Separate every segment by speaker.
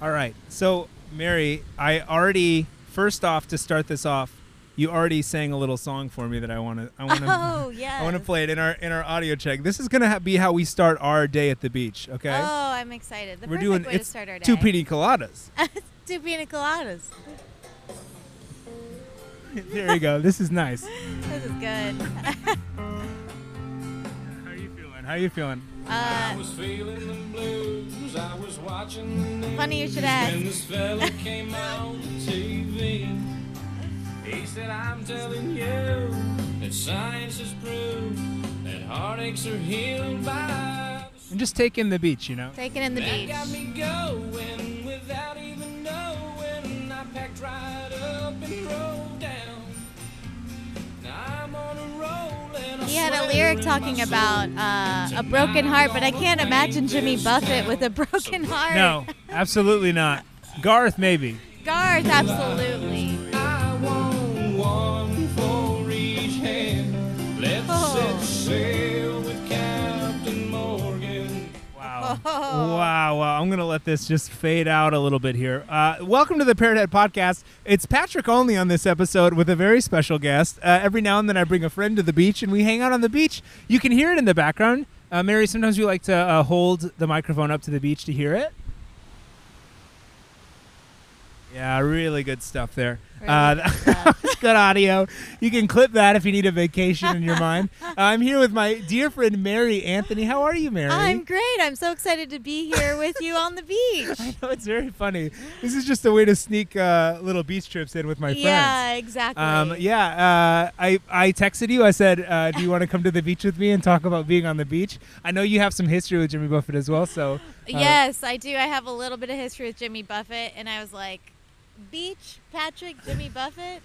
Speaker 1: All right. So, Mary, I already first off to start this off, you already sang a little song for me that I want to I want to
Speaker 2: Oh, yes.
Speaker 1: I want to play it in our in our audio check. This is going to ha- be how we start our day at the beach, okay?
Speaker 2: Oh, I'm excited. The
Speaker 1: We're
Speaker 2: perfect
Speaker 1: doing
Speaker 2: way to
Speaker 1: it's
Speaker 2: start our day.
Speaker 1: two pina coladas.
Speaker 2: two pina coladas.
Speaker 1: there you go. This is nice.
Speaker 2: This is good.
Speaker 1: How are you feeling? How are you feeling?
Speaker 2: Uh,
Speaker 3: was feeling the blues. I was watching the news.
Speaker 2: Funny you should ask.
Speaker 3: When this fella came on the TV, he said, I'm telling you that science has proved that heartaches are healed by. the
Speaker 1: And just take in the beach, you know.
Speaker 2: taking in the
Speaker 3: that
Speaker 2: beach.
Speaker 3: got me going without even knowing. I packed right up and drove down. Now I'm on a roll and I
Speaker 2: He had a
Speaker 3: swear
Speaker 2: lyric
Speaker 3: in my
Speaker 2: talking
Speaker 3: soul
Speaker 2: about uh, a broken heart, but I can't imagine Jimmy Buffett with a broken heart.
Speaker 1: No, absolutely not. Garth maybe.
Speaker 2: Garth, absolutely.
Speaker 3: I want one for each hand. Let's
Speaker 2: Oh.
Speaker 3: set sail with Captain Morgan.
Speaker 1: Wow.
Speaker 2: Oh.
Speaker 1: Wow, wow. I'm going to let this just fade out a little bit here. Uh, welcome to the Parrothead Podcast. It's Patrick only on this episode with a very special guest. Uh, every now and then I bring a friend to the beach and we hang out on the beach. You can hear it in the background. Uh, Mary, sometimes we like to uh, hold the microphone up to the beach to hear it. Yeah, really good stuff there.
Speaker 2: Really
Speaker 1: uh,
Speaker 2: good
Speaker 1: that
Speaker 2: stuff.
Speaker 1: was good audio. You can clip that if you need a vacation in your mind. I'm here with my dear friend Mary Anthony. How are you, Mary?
Speaker 2: I'm great. I'm so excited to be here with you on the beach.
Speaker 1: No, it's very funny. This is just a way to sneak uh, little beach trips in with my friends.
Speaker 2: Yeah, exactly.
Speaker 1: Um, yeah, uh, I, I texted you. I said, uh, Do you want to come to the beach with me and talk about being on the beach? I know you have some history with Jimmy Buffett as well. So, uh,
Speaker 2: Yes, I do. I have a little bit of history with Jimmy Buffett, and I was like, Beach, Patrick, Jimmy Buffett?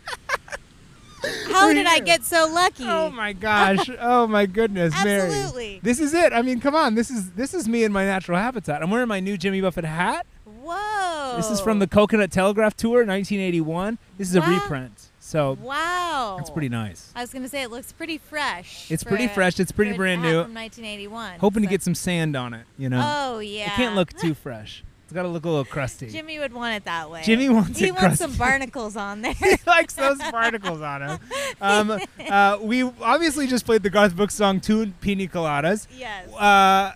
Speaker 2: How
Speaker 1: We're
Speaker 2: did I
Speaker 1: here.
Speaker 2: get so lucky?
Speaker 1: Oh my gosh! Oh my goodness, Mary!
Speaker 2: Absolutely.
Speaker 1: This is it. I mean, come on. This is this is me in my natural habitat. I'm wearing my new Jimmy Buffett hat.
Speaker 2: Whoa.
Speaker 1: This is from the Coconut Telegraph tour, 1981. This is a
Speaker 2: Oh. Wow.
Speaker 1: reprint, so
Speaker 2: Wow.
Speaker 1: that's pretty nice.
Speaker 2: I was going to say it looks pretty fresh.
Speaker 1: It's
Speaker 2: for
Speaker 1: pretty
Speaker 2: a-
Speaker 1: fresh. It's pretty
Speaker 2: for an
Speaker 1: brand
Speaker 2: app
Speaker 1: new.
Speaker 2: From 1981.
Speaker 1: Hoping to
Speaker 2: So-
Speaker 1: get some sand on it, you know.
Speaker 2: Oh yeah.
Speaker 1: It can't look too fresh. It's got to look a little crusty.
Speaker 2: Jimmy would want it that way.
Speaker 1: Jimmy wants
Speaker 2: he
Speaker 1: it
Speaker 2: wants some
Speaker 1: crusty.
Speaker 2: barnacles on there.
Speaker 1: he likes those particles on him. Um, uh, we obviously just played the Garth Brooks song "Two Pina Coladas."
Speaker 2: yes.
Speaker 1: Uh, i-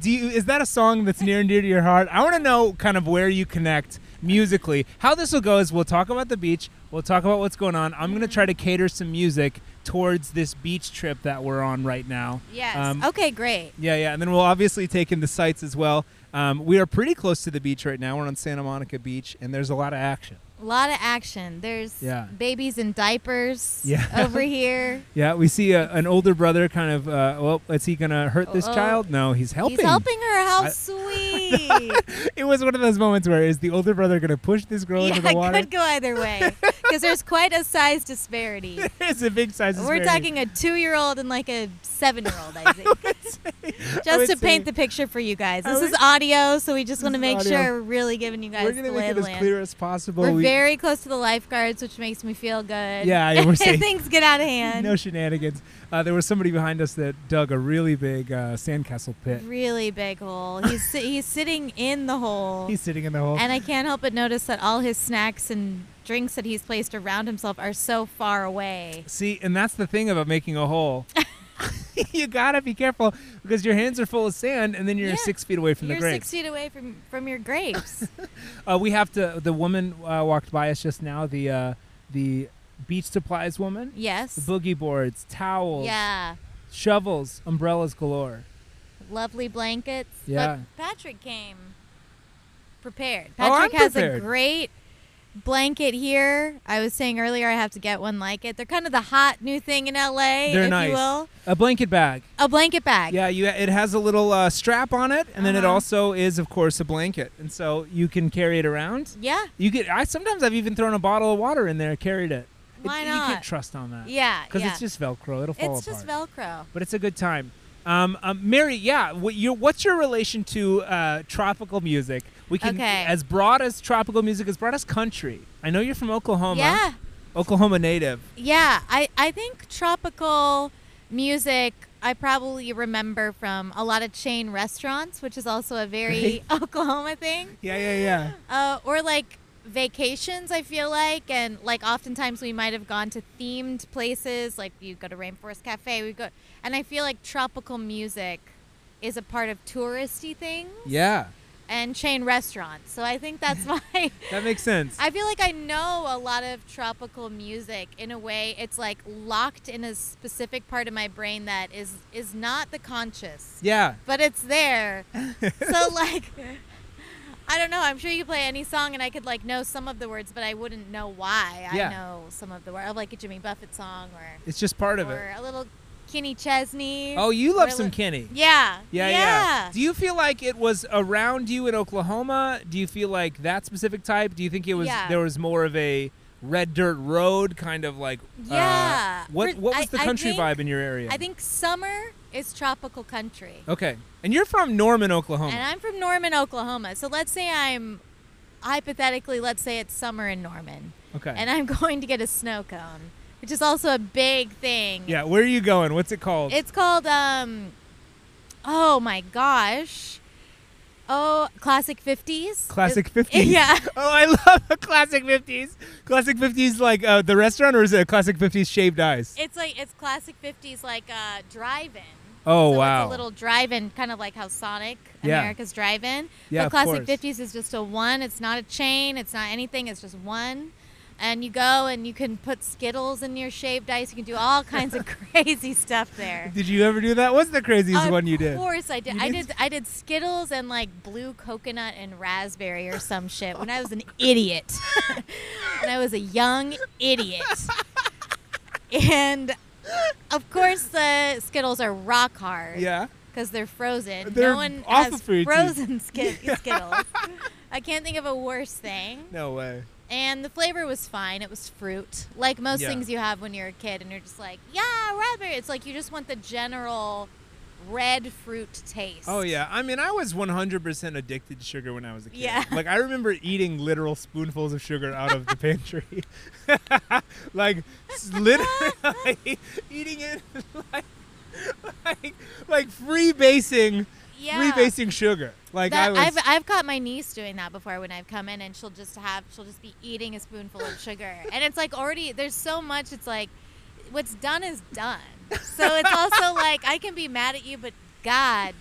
Speaker 1: do you, is that a song that's near and dear to your heart? I want to know kind of where you connect musically. How this will go is we'll talk about the beach. We'll talk about what's going on. I'm going to try to cater some music towards this beach trip that we're on right now.
Speaker 2: Yes.
Speaker 1: Um,
Speaker 2: okay, great.
Speaker 1: Yeah, yeah, and then we'll obviously take in the sights as well. Um, we are pretty close to the beach right now. We're on Santa Monica Beach, and there's a lot of action.
Speaker 2: A lot of action. There's
Speaker 1: Yeah.
Speaker 2: babies in diapers
Speaker 1: Yeah.
Speaker 2: over here.
Speaker 1: Yeah, we see a, an older brother kind of. Uh, well, is he gonna hurt this
Speaker 2: Oh.
Speaker 1: child? No, he's helping.
Speaker 2: He's helping her. How
Speaker 1: I-
Speaker 2: sweet.
Speaker 1: It was one of those moments where is the older brother gonna push this girl
Speaker 2: yeah,
Speaker 1: into the water?
Speaker 2: could go either way because there's quite a size disparity.
Speaker 1: it's a big size.
Speaker 2: We're
Speaker 1: disparity.
Speaker 2: talking a two-year-old and like a seven-year-old, I think.
Speaker 1: I would
Speaker 2: just to paint
Speaker 1: say-
Speaker 2: the picture for you guys.
Speaker 1: I
Speaker 2: This
Speaker 1: would-
Speaker 2: is audio, so we just
Speaker 1: This
Speaker 2: want to
Speaker 1: is
Speaker 2: make
Speaker 1: audio.
Speaker 2: sure we're really giving you guys
Speaker 1: We're
Speaker 2: the
Speaker 1: gonna
Speaker 2: lay
Speaker 1: make
Speaker 2: of
Speaker 1: it as
Speaker 2: the land.
Speaker 1: clear as possible.
Speaker 2: we're
Speaker 1: We-
Speaker 2: very close to the lifeguards, which makes me feel good.
Speaker 1: Yeah, yeah, we're safe.
Speaker 2: things get out of hand.
Speaker 1: no shenanigans. Uh, there was somebody behind us that dug a really big uh, sandcastle pit.
Speaker 2: really big hole. He's si- he's sitting in the hole,
Speaker 1: He's sitting in the hole.
Speaker 2: and I can't help but notice that all his snacks and drinks that he's placed around himself are so far away.
Speaker 1: See, and that's the thing about making a hole. you gotta be careful because your hands are full of sand, and then you're
Speaker 2: Yeah.
Speaker 1: six feet away from
Speaker 2: You're
Speaker 1: the grapes.
Speaker 2: six feet away from from your grapes.
Speaker 1: Uh, we have to. The woman uh, walked by us just now. The uh, the beach supplies woman.
Speaker 2: yes.
Speaker 1: The boogie boards, towels,
Speaker 2: yeah.
Speaker 1: shovels, umbrellas galore.
Speaker 2: lovely blankets.
Speaker 1: Yeah.
Speaker 2: But Patrick came prepared.
Speaker 1: Oh, I'm
Speaker 2: Patrick has
Speaker 1: prepared.
Speaker 2: a great blanket here. I was saying earlier I have to get one like it. They're kind of the hot new thing in LA,
Speaker 1: They're
Speaker 2: if
Speaker 1: nice.
Speaker 2: you will.
Speaker 1: A blanket bag.
Speaker 2: A blanket bag.
Speaker 1: Yeah, you. It has a little uh, strap on it, and then it
Speaker 2: Uh-huh.
Speaker 1: also is, of course, a blanket, and so you can carry it around.
Speaker 2: Yeah.
Speaker 1: You get. I sometimes I've even thrown a bottle of water in there, and carried it. It-
Speaker 2: Why
Speaker 1: You
Speaker 2: not?
Speaker 1: can't trust on that.
Speaker 2: Yeah.
Speaker 1: Because
Speaker 2: yeah.
Speaker 1: it's just Velcro. It'll fall apart.
Speaker 2: It's just Velcro.
Speaker 1: but it's a good time. Um, um, Mary, yeah, what your, what's your relation to uh, tropical music? We can
Speaker 2: Okay.
Speaker 1: as broad as tropical music, as broad as country. I know Oh, you're from Oklahoma,
Speaker 2: Yeah.
Speaker 1: Oklahoma native.
Speaker 2: Yeah. I, I think tropical music I probably remember from a lot of chain restaurants, which is also a very Oklahoma thing.
Speaker 1: Yeah, yeah, yeah.
Speaker 2: Uh, or like vacations, I feel like, and like oftentimes we might have gone to themed places, like you go to Rainforest Cafe, we go, and I feel like tropical music is a part of touristy things
Speaker 1: Yeah.
Speaker 2: and chain restaurants. So I think that's why
Speaker 1: That makes sense.
Speaker 2: I feel like I know a lot of tropical music in a way. It's like locked in a specific part of my brain that is is not the conscious,
Speaker 1: yeah.
Speaker 2: but it's there. so like I don't know. I'm sure you could play any song and I could like know some of the words, but I wouldn't know why.
Speaker 1: Yeah.
Speaker 2: I know some of the words, like a Jimmy Buffett song or
Speaker 1: It's just part of it.
Speaker 2: or a little Kenny Chesney.
Speaker 1: Oh, you love
Speaker 2: or a
Speaker 1: some
Speaker 2: li-
Speaker 1: Kenny.
Speaker 2: Yeah.
Speaker 1: Yeah, yeah. Do you feel like it was around you in Oklahoma? Do you feel like that specific type? Do you think it was
Speaker 2: Yeah.
Speaker 1: there was more of a red dirt road kind of like uh,
Speaker 2: Yeah.
Speaker 1: what
Speaker 2: For-
Speaker 1: what
Speaker 2: I-
Speaker 1: was the
Speaker 2: I
Speaker 1: country
Speaker 2: think-
Speaker 1: vibe in your area?
Speaker 2: I think summer is tropical country.
Speaker 1: Okay. And you're from Norman, Oklahoma.
Speaker 2: And I'm from Norman, Oklahoma. So let's say I'm hypothetically, let's say it's summer in Norman,
Speaker 1: okay.
Speaker 2: and I'm going to get a snow cone, which is also a big thing.
Speaker 1: yeah, where are you going? What's it called?
Speaker 2: It's called um oh my gosh. Oh, classic 50s.
Speaker 1: Classic
Speaker 2: Is-
Speaker 1: 50s.
Speaker 2: Yeah.
Speaker 1: Oh, I love a classic 50s. Classic 50s like uh, the restaurant or is it a classic 50s shaved eyes?
Speaker 2: It's like it's classic 50s like uh drive-in.
Speaker 1: Oh,
Speaker 2: So
Speaker 1: wow.
Speaker 2: It's a little drive-in kind of like how Sonic
Speaker 1: Yeah.
Speaker 2: America's Drive-In.
Speaker 1: Yeah,
Speaker 2: but
Speaker 1: of
Speaker 2: Classic
Speaker 1: course.
Speaker 2: 50s is just a one. It's not a chain, it's not anything, it's just one. And you go and you can put Skittles in your shaved ice. You can do all kinds of crazy stuff there.
Speaker 1: Did you ever do that? What's the craziest
Speaker 2: of
Speaker 1: one you did?
Speaker 2: Of course, I did.
Speaker 1: You
Speaker 2: I
Speaker 1: did?
Speaker 2: did. I did Skittles and like blue coconut and raspberry or some shit when I was an idiot, when I was a young idiot. And of course, the Skittles are rock hard.
Speaker 1: Yeah.
Speaker 2: Because they're frozen.
Speaker 1: They're
Speaker 2: no one
Speaker 1: awful
Speaker 2: has
Speaker 1: for your teeth.
Speaker 2: frozen Skit- Skittles. I can't think of a worse thing.
Speaker 1: No way.
Speaker 2: And the flavor was fine. It was fruit, like most
Speaker 1: Yeah.
Speaker 2: things you have when you're a kid, and you're just like, yeah, raspberry. It's like you just want the general red fruit taste.
Speaker 1: Oh yeah, I mean, I was 100% addicted to sugar when I was a kid.
Speaker 2: Yeah.
Speaker 1: like I remember eating literal spoonfuls of sugar out of the pantry, like s- literally eating it like like, like free basing, free
Speaker 2: yeah.
Speaker 1: basing sugar. Like I
Speaker 2: That-
Speaker 1: was.
Speaker 2: I've I've caught my niece doing that before when I've come in, and she'll just have she'll just be eating a spoonful of sugar, and it's like already there's so much. It's like what's done is done. So it's also like I can be mad at you, but God.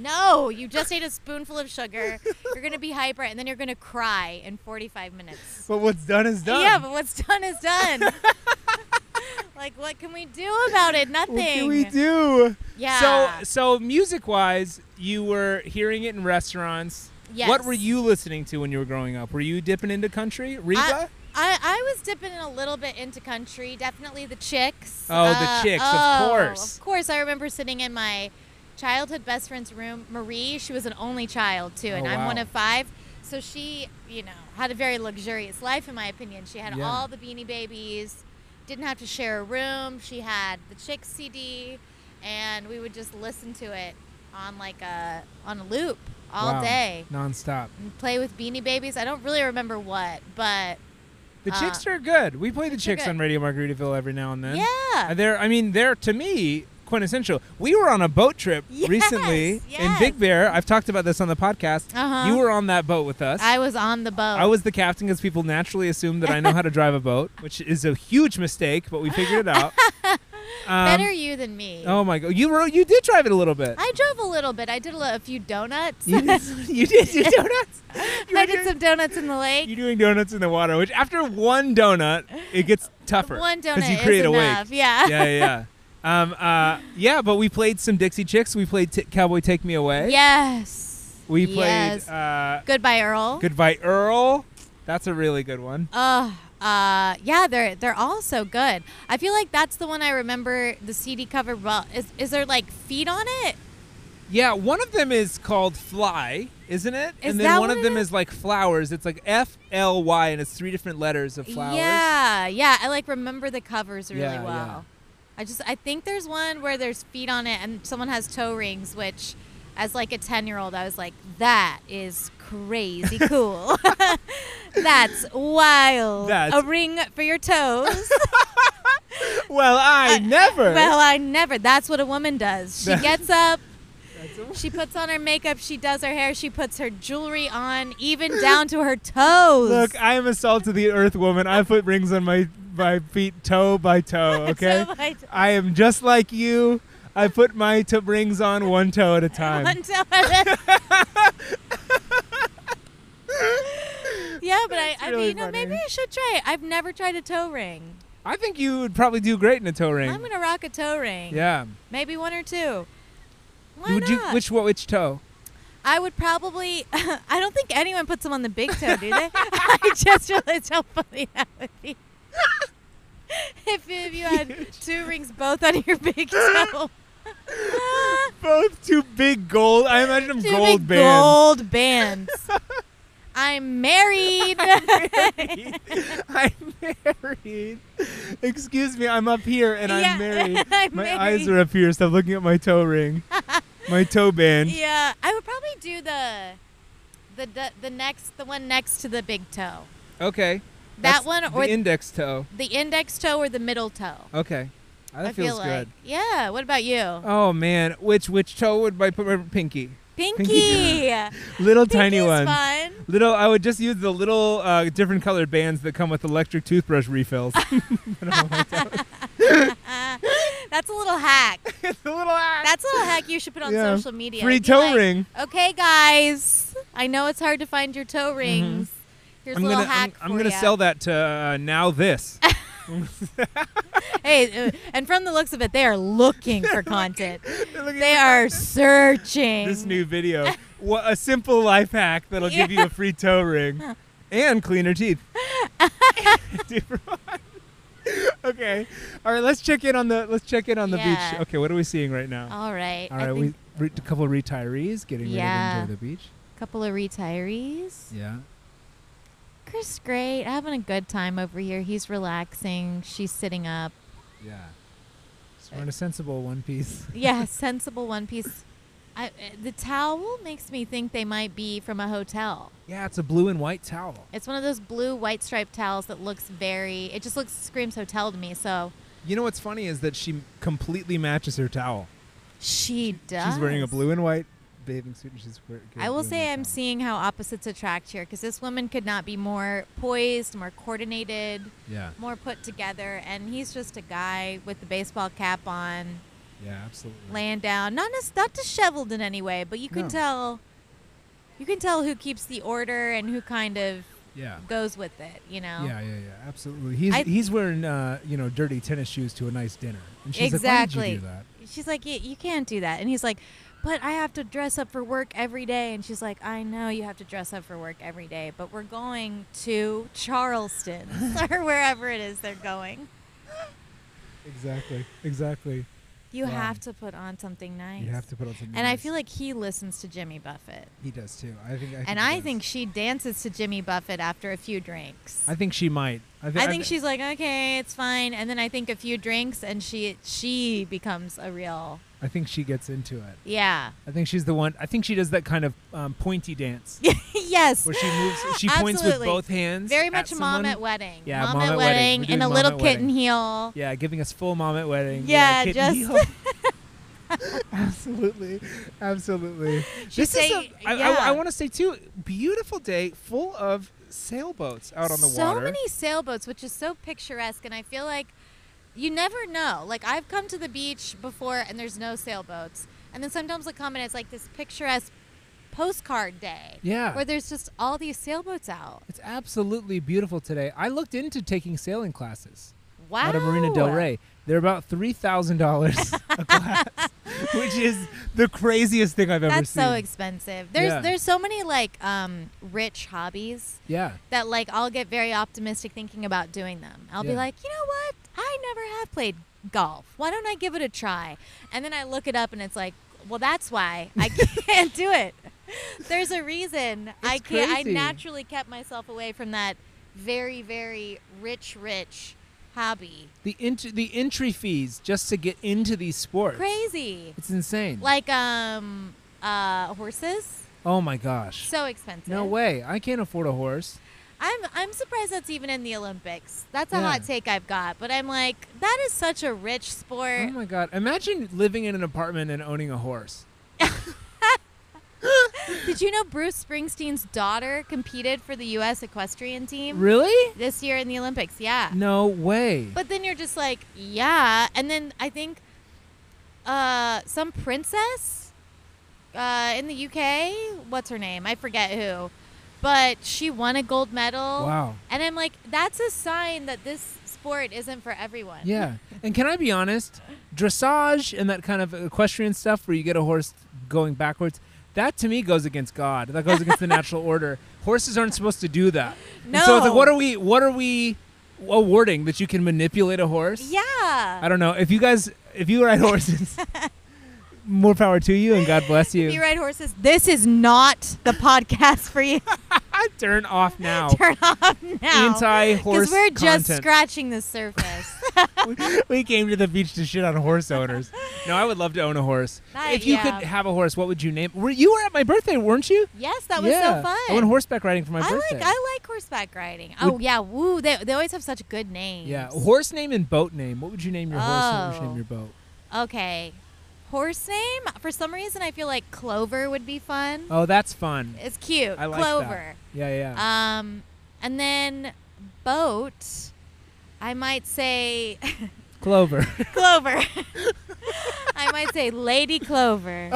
Speaker 2: No, you just ate a spoonful of sugar. You're going to be hyper, and then you're going to cry in 45 minutes.
Speaker 1: but what's done is done.
Speaker 2: Yeah, but what's done is done. like, what can we do about it? Nothing.
Speaker 1: what can we do?
Speaker 2: Yeah.
Speaker 1: So so music wise, you were hearing it in restaurants. What
Speaker 2: Yes.
Speaker 1: were you listening to when you were growing up? Were you dipping into country, Reba?
Speaker 2: I, I, I was dipping in a little bit into country. Definitely the chicks.
Speaker 1: Oh, the Chicks, of
Speaker 2: oh,
Speaker 1: course.
Speaker 2: Of course. I remember sitting in my childhood best friend's room. Marie, she was an only child, too, and
Speaker 1: Oh,
Speaker 2: I'm
Speaker 1: wow.
Speaker 2: one of five. So she, you know, had a very luxurious life, in my opinion. She had
Speaker 1: Yeah.
Speaker 2: all the beanie babies, didn't have to share a room. She had the Chicks CD, and we would just listen to it on like a on a loop all
Speaker 1: Wow.
Speaker 2: day
Speaker 1: nonstop.
Speaker 2: and play with beanie babies. I don't really remember what, but
Speaker 1: The
Speaker 2: Uh,
Speaker 1: chicks are good. We play the
Speaker 2: Chicks are
Speaker 1: chicks
Speaker 2: good.
Speaker 1: on Radio Margaritaville every now and then.
Speaker 2: yeah.
Speaker 1: Uh, They're, I mean, they're to me quintessential. We were on a boat trip
Speaker 2: Yes,
Speaker 1: recently in
Speaker 2: yes.
Speaker 1: Big Bear. I've talked about this on the podcast.
Speaker 2: Uh-huh.
Speaker 1: You were on that boat with us.
Speaker 2: I was on the boat.
Speaker 1: I was the captain because people naturally assume that I know how to drive a boat, which is a huge mistake, but we figured it out. Um,
Speaker 2: better you than me.
Speaker 1: Oh my god, you were, you did drive it a little bit.
Speaker 2: I drove a little bit. I did a, li- a few donuts.
Speaker 1: you did you did your donuts. You
Speaker 2: I
Speaker 1: were doing-
Speaker 2: did some donuts in the lake.
Speaker 1: You're doing donuts in the water, which after one donut, it gets tougher.
Speaker 2: One
Speaker 1: 'cause
Speaker 2: donut
Speaker 1: you create
Speaker 2: is
Speaker 1: a wake.
Speaker 2: enough. Yeah.
Speaker 1: yeah, yeah. yeah. Um, uh, yeah, but we played some Dixie Chicks. We played t- Cowboy Take Me Away.
Speaker 2: Yes.
Speaker 1: We played
Speaker 2: Yes.
Speaker 1: uh,
Speaker 2: Goodbye, Earl.
Speaker 1: Goodbye Earl. That's a really good one.
Speaker 2: Ugh. uh, yeah, they're they're all so good. I feel like that's the one I remember the CD cover. Well, is is there like feet on it?
Speaker 1: Yeah, one of them is called Fly, isn't it?
Speaker 2: Is
Speaker 1: and then
Speaker 2: that
Speaker 1: one of
Speaker 2: what it
Speaker 1: them
Speaker 2: is?
Speaker 1: is like flowers. It's like F L Y, and it's three different letters of flowers.
Speaker 2: Yeah, yeah. I like remember the covers really
Speaker 1: Yeah, yeah.
Speaker 2: well. I just I think there's one where there's feet on it and someone has toe rings, which as like a ten year old I was like, that is crazy cool. That's wild.
Speaker 1: That's-
Speaker 2: a ring for your toes.
Speaker 1: Well, I never.
Speaker 2: Uh, Well, I never. That's what a woman does. She
Speaker 1: That-
Speaker 2: gets up,
Speaker 1: That's a-
Speaker 2: she puts on her makeup, she does her hair, she puts her jewelry on, even down to her toes.
Speaker 1: Look, I am a salt of the earth woman. I put rings on my my feet toe by toe. Okay,
Speaker 2: So I-
Speaker 1: I am just like you. I put my to rings on one toe at a time.
Speaker 2: Until I- yeah, but I, I
Speaker 1: really
Speaker 2: mean, you know, maybe
Speaker 1: funny.
Speaker 2: I should try it. I've never tried a toe ring.
Speaker 1: I think you would probably do great in a toe ring.
Speaker 2: I'm gonna rock a toe ring.
Speaker 1: yeah.
Speaker 2: maybe one or two. Why
Speaker 1: would you
Speaker 2: not?
Speaker 1: which what which toe?
Speaker 2: I would probably. I don't think anyone puts them on the big toe, do they? I just realized how funny that would be. if, if you had two rings both on your big toe,
Speaker 1: Both two big gold. I imagine them
Speaker 2: two
Speaker 1: gold
Speaker 2: big
Speaker 1: bands.
Speaker 2: gold bands. I'm married.
Speaker 1: I'm married. Excuse me, I'm up here and
Speaker 2: Yeah,
Speaker 1: I'm married.
Speaker 2: I'm
Speaker 1: my
Speaker 2: married.
Speaker 1: eyes are up here. Stop looking at my toe ring, my toe band.
Speaker 2: yeah, I would probably do the, the the the next the one next to the big toe.
Speaker 1: Okay.
Speaker 2: That one or
Speaker 1: the index toe.
Speaker 2: the index toe or the middle toe.
Speaker 1: Okay. That
Speaker 2: I
Speaker 1: feels
Speaker 2: feel like.
Speaker 1: good.
Speaker 2: Yeah. What about you?
Speaker 1: Oh man, which which toe would I put my pinky?
Speaker 2: Pinky.
Speaker 1: Little tiny
Speaker 2: Pinky's
Speaker 1: one.
Speaker 2: Fun.
Speaker 1: Little. I would just use the little uh, different colored bands that come with electric toothbrush refills.
Speaker 2: Uh, that's a little hack.
Speaker 1: it's a little. act.
Speaker 2: That's a little hack you should put on
Speaker 1: Yeah.
Speaker 2: social media.
Speaker 1: Free
Speaker 2: It'd be
Speaker 1: toe
Speaker 2: like,
Speaker 1: ring.
Speaker 2: Okay, guys. I know it's hard to find your toe rings. Here's
Speaker 1: Mm-hmm. I'm
Speaker 2: a little
Speaker 1: gonna. I'm,
Speaker 2: hack.
Speaker 1: I'm
Speaker 2: for
Speaker 1: gonna
Speaker 2: ya.
Speaker 1: sell that to uh, now this.
Speaker 2: Hey, uh, and from the looks of it, they are looking for content.
Speaker 1: Look at
Speaker 2: They are searching.
Speaker 1: this new video. What a simple life hack that'll give you a free toe ring and cleaner teeth. okay. All right, let's check in on the let's check in on the
Speaker 2: Yeah.
Speaker 1: beach. Okay, what are we seeing right now?
Speaker 2: All right.
Speaker 1: All
Speaker 2: I
Speaker 1: right, we
Speaker 2: think
Speaker 1: re- a couple of retirees getting ready
Speaker 2: Yeah.
Speaker 1: to enjoy the beach.
Speaker 2: a couple of retirees.
Speaker 1: Yeah.
Speaker 2: Chris, great. Having a good time over here. He's relaxing. She's sitting up.
Speaker 1: Yeah. So wearing a sensible one piece.
Speaker 2: Yeah, sensible one piece. I, uh, the towel makes me think they might be from a hotel.
Speaker 1: Yeah, it's a blue and white towel.
Speaker 2: It's one of those blue white striped towels that looks very. It just looks screams hotel to me. So
Speaker 1: You know what's funny is that she completely matches her towel.
Speaker 2: she does.
Speaker 1: She's wearing a blue and white bathing suit and she's wearing
Speaker 2: I will say I'm
Speaker 1: seeing.
Speaker 2: seeing how opposites attract here because this woman could not be more poised, more coordinated,
Speaker 1: Yeah.
Speaker 2: more put together, and he's just a guy with the baseball cap on,
Speaker 1: Yeah, absolutely.
Speaker 2: laying down, not nes- not disheveled in any way, but you can
Speaker 1: No.
Speaker 2: tell, you can tell who keeps the order and who kind of
Speaker 1: Yeah.
Speaker 2: goes with it. You know.
Speaker 1: Yeah, yeah, yeah, absolutely. He's
Speaker 2: I-
Speaker 1: he's wearing uh, you know dirty tennis shoes to a nice dinner, and she's like, "Why
Speaker 2: Exactly.
Speaker 1: did you do that?"
Speaker 2: She's like, "Y- you can't do that. And he's like, but I have to dress up for work every day. And she's like, I know you have to dress up for work every day, but we're going to Charleston or wherever it is they're going.
Speaker 1: Exactly, exactly.
Speaker 2: You
Speaker 1: Wow.
Speaker 2: have to put on something nice.
Speaker 1: You have to put on some.
Speaker 2: and I feel like he listens to Jimmy Buffett.
Speaker 1: he does too. I think. I think
Speaker 2: and
Speaker 1: he
Speaker 2: I
Speaker 1: does.
Speaker 2: think she dances to Jimmy Buffett after a few drinks.
Speaker 1: I think she might. I, thi-
Speaker 2: I think she's like, okay, it's fine. And then I think a few drinks and she she becomes a real
Speaker 1: I think she gets into it.
Speaker 2: yeah.
Speaker 1: I think she's the one. I think she does that kind of um, pointy dance
Speaker 2: yes.
Speaker 1: where she moves. She points with
Speaker 2: Absolutely.
Speaker 1: both hands.
Speaker 2: Very
Speaker 1: at
Speaker 2: much mom
Speaker 1: someone.
Speaker 2: at wedding.
Speaker 1: Yeah,
Speaker 2: mom, at, wedding,
Speaker 1: We're
Speaker 2: in a
Speaker 1: doing
Speaker 2: little
Speaker 1: mom at wedding.
Speaker 2: kitten heel.
Speaker 1: Yeah, giving us full mom at wedding.
Speaker 2: Yeah,
Speaker 1: kitten
Speaker 2: just-
Speaker 1: heel. absolutely, absolutely.
Speaker 2: She's
Speaker 1: this is a,
Speaker 2: saying-
Speaker 1: I,
Speaker 2: yeah.
Speaker 1: I, want to say too. Beautiful day, full of sailboats out on the
Speaker 2: so
Speaker 1: water.
Speaker 2: many sailboats, which is so picturesque, and I feel like you never know. Like I've come to the beach before, and there's no sailboats, and then sometimes I come and it's like this picturesque postcard day.
Speaker 1: Yeah.
Speaker 2: where there's just all these sailboats out.
Speaker 1: It's absolutely beautiful today. I looked into taking sailing classes
Speaker 2: Wow.
Speaker 1: out of Marina
Speaker 2: Oh.
Speaker 1: Del Rey. They're about three thousand dollars a class, which is the craziest thing I've ever
Speaker 2: That's
Speaker 1: seen.
Speaker 2: so expensive. There's
Speaker 1: Yeah.
Speaker 2: there's so many like um, rich hobbies.
Speaker 1: yeah,
Speaker 2: that like I'll get very optimistic thinking about doing them. I'll be
Speaker 1: Yeah.
Speaker 2: like, you know what? I never have played golf. Why don't I give it a try? And then I look it up and it's like, well, that's why I can't do it. There's a reason I
Speaker 1: It's
Speaker 2: can't. I
Speaker 1: crazy.
Speaker 2: naturally kept myself away from that very, very rich, rich hobby.
Speaker 1: the int- the entry fees just to get into these sports.
Speaker 2: Crazy.
Speaker 1: It's insane.
Speaker 2: Like um, uh, horses,
Speaker 1: oh my gosh.
Speaker 2: so expensive.
Speaker 1: No way. I can't afford a horse.
Speaker 2: I'm I'm surprised that's even in the Olympics. That's a
Speaker 1: Yeah.
Speaker 2: hot take I've got, but I'm like, that is such a rich
Speaker 1: Oh
Speaker 2: sport.
Speaker 1: my god! Imagine living in an apartment and owning a horse.
Speaker 2: Did you know Bruce Springsteen's daughter competed for the U.S. equestrian team
Speaker 1: Really?
Speaker 2: this year in the Olympics? Yeah.
Speaker 1: No way.
Speaker 2: But then you're just like, yeah. And then I think uh, some princess uh, in the UK, what's her name? I forget who. But she won a gold medal.
Speaker 1: wow.
Speaker 2: And I'm like, that's a sign that this sport isn't for everyone.
Speaker 1: Yeah. And can I be honest? Dressage and that kind of equestrian stuff where you get a horse going backwards, that to me goes against God. That goes against the natural order. Horses aren't supposed to do that. And so it's like
Speaker 2: No.
Speaker 1: what are we what are we awarding that you can manipulate a horse? I
Speaker 2: Yeah.
Speaker 1: don't know. If you guys if you ride horses, more power to you and God bless
Speaker 2: If you
Speaker 1: you.
Speaker 2: ride horses, this is not the podcast for you.
Speaker 1: Turn off now.
Speaker 2: Turn off now.
Speaker 1: Anti horse
Speaker 2: Because we're just
Speaker 1: content.
Speaker 2: scratching the surface.
Speaker 1: we, we came to the beach to shit on horse owners. No, I would love to own a horse.
Speaker 2: That-
Speaker 1: if you
Speaker 2: yeah.
Speaker 1: could have a horse, what would you name? Were you were at my birthday, weren't you?
Speaker 2: yes, that was
Speaker 1: yeah.
Speaker 2: so fun.
Speaker 1: I went horseback riding for my
Speaker 2: I
Speaker 1: birthday.
Speaker 2: like I like horseback riding. Oh
Speaker 1: Would-
Speaker 2: yeah, woo! They, they always have such good names.
Speaker 1: yeah, horse name and boat name. What would you name your horse? And what would you name
Speaker 2: Oh.
Speaker 1: your boat?
Speaker 2: Okay. Horse name? For some reason, I feel like Clover would be fun.
Speaker 1: Oh, that's fun.
Speaker 2: It's cute.
Speaker 1: I like that.
Speaker 2: Clover.
Speaker 1: Yeah, yeah.
Speaker 2: Um, and then boat. I might say
Speaker 1: Clover.
Speaker 2: Clover. I might say Lady Clover.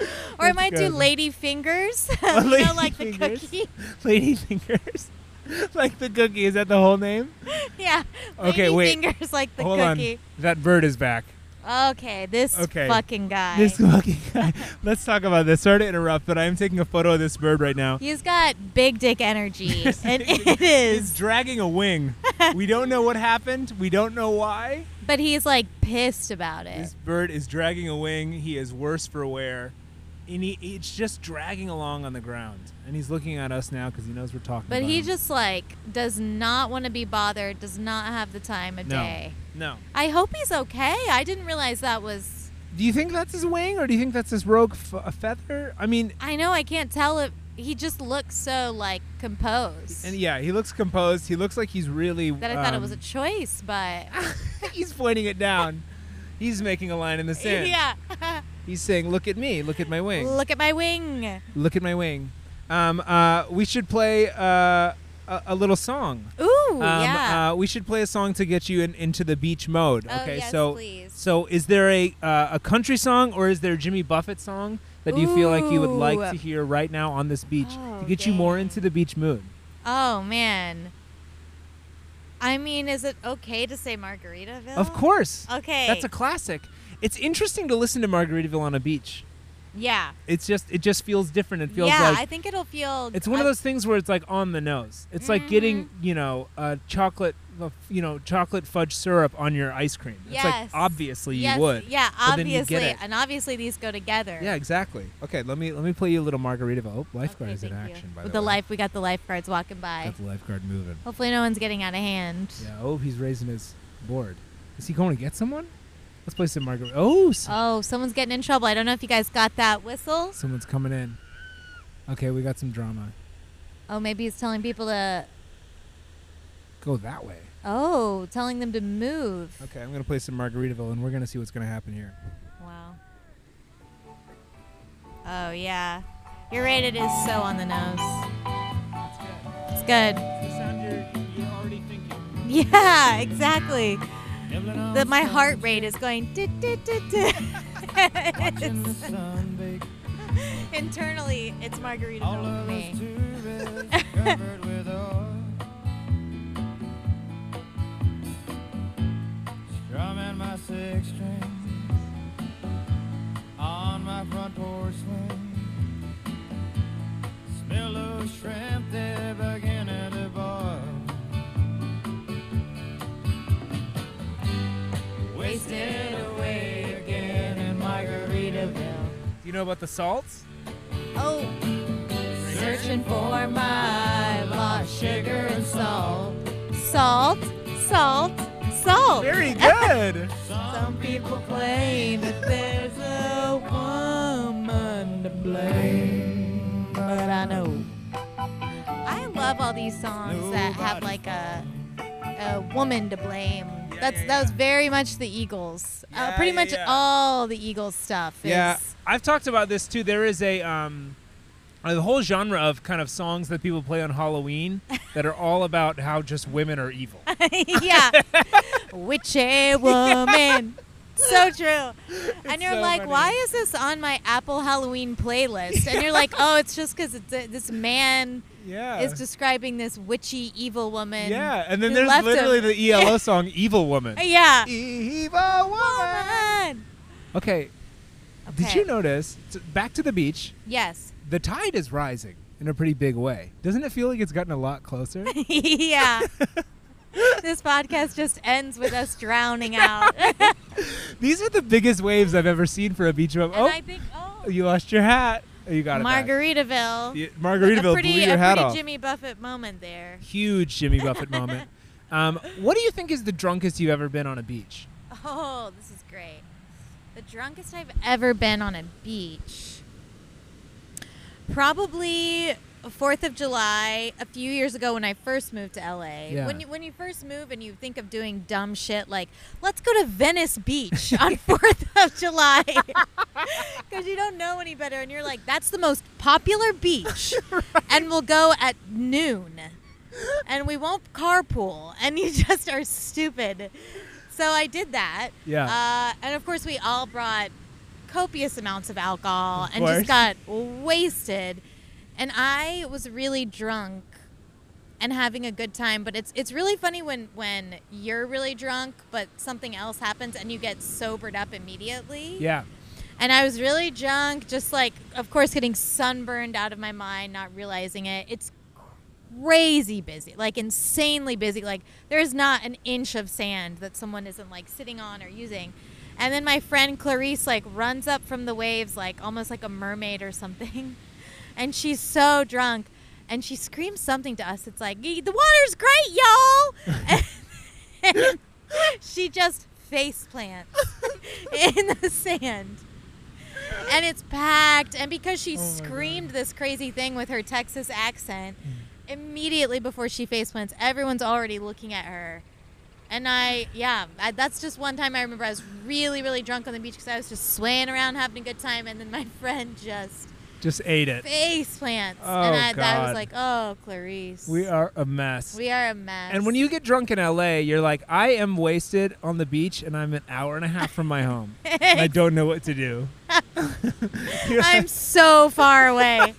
Speaker 2: or I
Speaker 1: That's
Speaker 2: might
Speaker 1: good.
Speaker 2: do Lady Fingers.
Speaker 1: Oh,
Speaker 2: you
Speaker 1: Lady
Speaker 2: know, like
Speaker 1: Fingers.
Speaker 2: the cookie.
Speaker 1: Lady fingers. like the cookie. Is that the whole name?
Speaker 2: yeah.
Speaker 1: Okay,
Speaker 2: Lady
Speaker 1: wait.
Speaker 2: Fingers, like the
Speaker 1: Hold
Speaker 2: cookie.
Speaker 1: on. That bird is back.
Speaker 2: Okay, this
Speaker 1: Okay.
Speaker 2: fucking guy.
Speaker 1: This fucking guy. Let's talk about this. Sorry to interrupt, but I am taking a photo of this bird right now.
Speaker 2: He's got big dick energy, and it
Speaker 1: He's
Speaker 2: is.
Speaker 1: dragging a wing. we don't know what happened. We don't know why.
Speaker 2: But he's like pissed about it.
Speaker 1: This bird is dragging a wing. He is worse for wear. And he, it's just dragging along on the ground. And he's looking at us now because he knows we're talking
Speaker 2: But
Speaker 1: about
Speaker 2: he
Speaker 1: him.
Speaker 2: just like does not want to be bothered. Does not have the time of
Speaker 1: No.
Speaker 2: day.
Speaker 1: No.
Speaker 2: I hope he's okay. I didn't realize that was.
Speaker 1: Do you think that's his wing or do you think that's his rogue f- a feather? I mean,
Speaker 2: I know I can't tell if he just looks so like composed
Speaker 1: and yeah, he looks composed. He looks like he's really.
Speaker 2: that I thought it was a
Speaker 1: um,
Speaker 2: choice. But
Speaker 1: he's pointing it down. He's making a line in the sand.
Speaker 2: yeah,
Speaker 1: He's saying, "Look at me. Look at my wing.
Speaker 2: look at my wing.
Speaker 1: Look at my wing." Um, uh, we should play uh, a, a little song.
Speaker 2: Ooh,
Speaker 1: Um,
Speaker 2: yeah.
Speaker 1: uh, we should play a song to get you in, into the beach mode.
Speaker 2: Oh,
Speaker 1: okay,
Speaker 2: yes,
Speaker 1: so
Speaker 2: please.
Speaker 1: so is there a uh, a country song or is there a Jimmy Buffett song that you feel like you would like
Speaker 2: Ooh.
Speaker 1: to hear right now on this beach
Speaker 2: Oh,
Speaker 1: to get you more
Speaker 2: dang.
Speaker 1: into the beach mood?
Speaker 2: Oh man. I mean, is it okay to say Margaritaville?
Speaker 1: Of course,
Speaker 2: Oh, Okay.
Speaker 1: that's a classic. It's interesting to listen to Margaritaville on a beach.
Speaker 2: yeah.
Speaker 1: It's just it just feels different. It feels
Speaker 2: yeah,
Speaker 1: like
Speaker 2: I think it'll feel.
Speaker 1: it's one of those things where it's like on the nose. It's like getting
Speaker 2: Mm-hmm.
Speaker 1: you know uh, chocolate, uh, you know chocolate fudge syrup on your ice cream. It's like
Speaker 2: Yes.
Speaker 1: obviously
Speaker 2: yes,
Speaker 1: you would.
Speaker 2: Yeah,
Speaker 1: but then you get
Speaker 2: obviously,
Speaker 1: it.
Speaker 2: and obviously these go together.
Speaker 1: Yeah, exactly. Okay, let me let me play you a little Margaritaville. Oh, lifeguard
Speaker 2: Okay,
Speaker 1: is in
Speaker 2: thank you.
Speaker 1: action by
Speaker 2: With
Speaker 1: the,
Speaker 2: the
Speaker 1: way.
Speaker 2: life, we got the lifeguards walking by.
Speaker 1: Got the lifeguard moving.
Speaker 2: Hopefully, no one's getting out of hand.
Speaker 1: Yeah. Oh, he's raising his board. Is he going to get someone? Let's play some Margaret. Oh, so-
Speaker 2: Oh, someone's getting in trouble. I don't know if you guys got that whistle.
Speaker 1: someone's coming in. Okay, we got some drama.
Speaker 2: Oh, maybe he's telling people to.
Speaker 1: Go that way.
Speaker 2: Oh, telling them to move.
Speaker 1: Okay, I'm gonna play some Margaritaville, and we're gonna see what's gonna happen here.
Speaker 2: Wow. Oh yeah, your rated is so on the nose.
Speaker 1: That's good.
Speaker 2: It's
Speaker 1: It's the
Speaker 2: good.
Speaker 1: sound you're, you're already thinking.
Speaker 2: Yeah, exactly. The, my heart rate is going dit, dit, dit, dit. It's- internally. It's margarita
Speaker 3: All
Speaker 2: for
Speaker 3: of us
Speaker 2: me.
Speaker 3: tourists covered with oil. Strumming my six string on my front porch swing. Smell those shrimp they're beginning to boil. Wasted away again in Margaritaville.
Speaker 1: Do you know about the salts?
Speaker 2: Oh, searching for my lost sugar and salt. Salt, salt, salt.
Speaker 1: Very good.
Speaker 2: Some people claim that there's a woman to blame, but I know love all these songs that have like a a woman to blame.
Speaker 4: Yeah,
Speaker 2: That's
Speaker 4: yeah,
Speaker 2: that was
Speaker 4: yeah.
Speaker 2: very much the Eagles. uh,
Speaker 4: Yeah,
Speaker 2: pretty
Speaker 4: yeah,
Speaker 2: much
Speaker 4: yeah.
Speaker 2: all the Eagles stuff. Is,
Speaker 1: Yeah, I've talked about this too. There is a um, a whole genre of kind of songs that people play on Halloween that are all about how just women are evil.
Speaker 2: yeah. Witchy woman. So true. and you're
Speaker 1: so
Speaker 2: like,
Speaker 1: funny.
Speaker 2: why is this on my Apple Halloween playlist? And you're like, oh, it's just because this man
Speaker 1: Yeah.
Speaker 2: is describing this witchy evil woman.
Speaker 1: yeah, and then
Speaker 2: who
Speaker 1: there's
Speaker 2: left
Speaker 1: literally
Speaker 2: him.
Speaker 1: the E ELO song "Evil Woman."
Speaker 2: Yeah.
Speaker 1: E Evil Woman.
Speaker 2: Woman.
Speaker 1: Okay, did
Speaker 2: Okay.
Speaker 1: you notice? t- Back to the beach.
Speaker 2: Yes.
Speaker 1: The tide is rising in a pretty big way. Doesn't it feel like it's gotten a lot closer?
Speaker 2: yeah. this podcast just ends with us drowning out. and
Speaker 1: These are the biggest waves I've ever seen for a beach bum. Oh,
Speaker 2: I think, oh,
Speaker 1: you lost your hat. Oh, You got it. back.
Speaker 2: Margaritaville.
Speaker 1: Yeah,
Speaker 2: a
Speaker 1: Margaritaville
Speaker 2: pretty,
Speaker 1: blew your
Speaker 2: a
Speaker 1: hat
Speaker 2: pretty
Speaker 1: off.
Speaker 2: Jimmy Buffett moment there.
Speaker 1: Huge Jimmy Buffett moment. Um, what do you think is the drunkest you've ever been on a beach?
Speaker 2: Oh, this is great. The drunkest I've ever been on a beach. Probably 4th of July a few years ago when I first moved to LA.
Speaker 1: Yeah.
Speaker 2: When you when you first move and you think of doing dumb shit like let's go to Venice Beach on 4th of July. Cuz you don't know any better and you're like that's the most popular beach and we'll go at noon. And we won't carpool and you just are stupid. So I did that.
Speaker 1: Yeah.
Speaker 2: Uh, and of course, we all brought copious amounts of alcohol
Speaker 1: Of
Speaker 2: and
Speaker 1: course.
Speaker 2: just got wasted. And I was really drunk and having a good time. But it's it's really funny when when you're really drunk, but something else happens and you get sobered up immediately.
Speaker 1: Yeah.
Speaker 2: And I was really drunk, just like of course getting sunburned out of my mind, not realizing it. It's crazy busy, like insanely busy. Like there's not an inch of sand that someone isn't like sitting on or using. And then my friend Clarice like runs up from the waves like almost like a mermaid or something. And she's so drunk and she screams something to us. It's like, "The water's great, y'all." and she just face plants in the sand. And it's packed. And because
Speaker 1: Oh
Speaker 2: she screamed this crazy thing with her Texas accent,
Speaker 1: Hmm.
Speaker 2: immediately before she face plants, everyone's already looking at her. And I, yeah, I, that's just one time I remember I was really, really drunk on the beach because I was just swaying around having a good time. And then my friend just
Speaker 1: Just ate it.
Speaker 2: face plants.
Speaker 1: Oh,
Speaker 2: and I, that
Speaker 1: God.
Speaker 2: was like, oh, Clarice.
Speaker 1: We are a mess.
Speaker 2: We are a mess.
Speaker 1: and when you get drunk in LA, you're like, I am wasted on the beach and I'm an hour and a half from my home. and I don't know what to do. You're
Speaker 2: I'm
Speaker 1: like,
Speaker 2: so far away.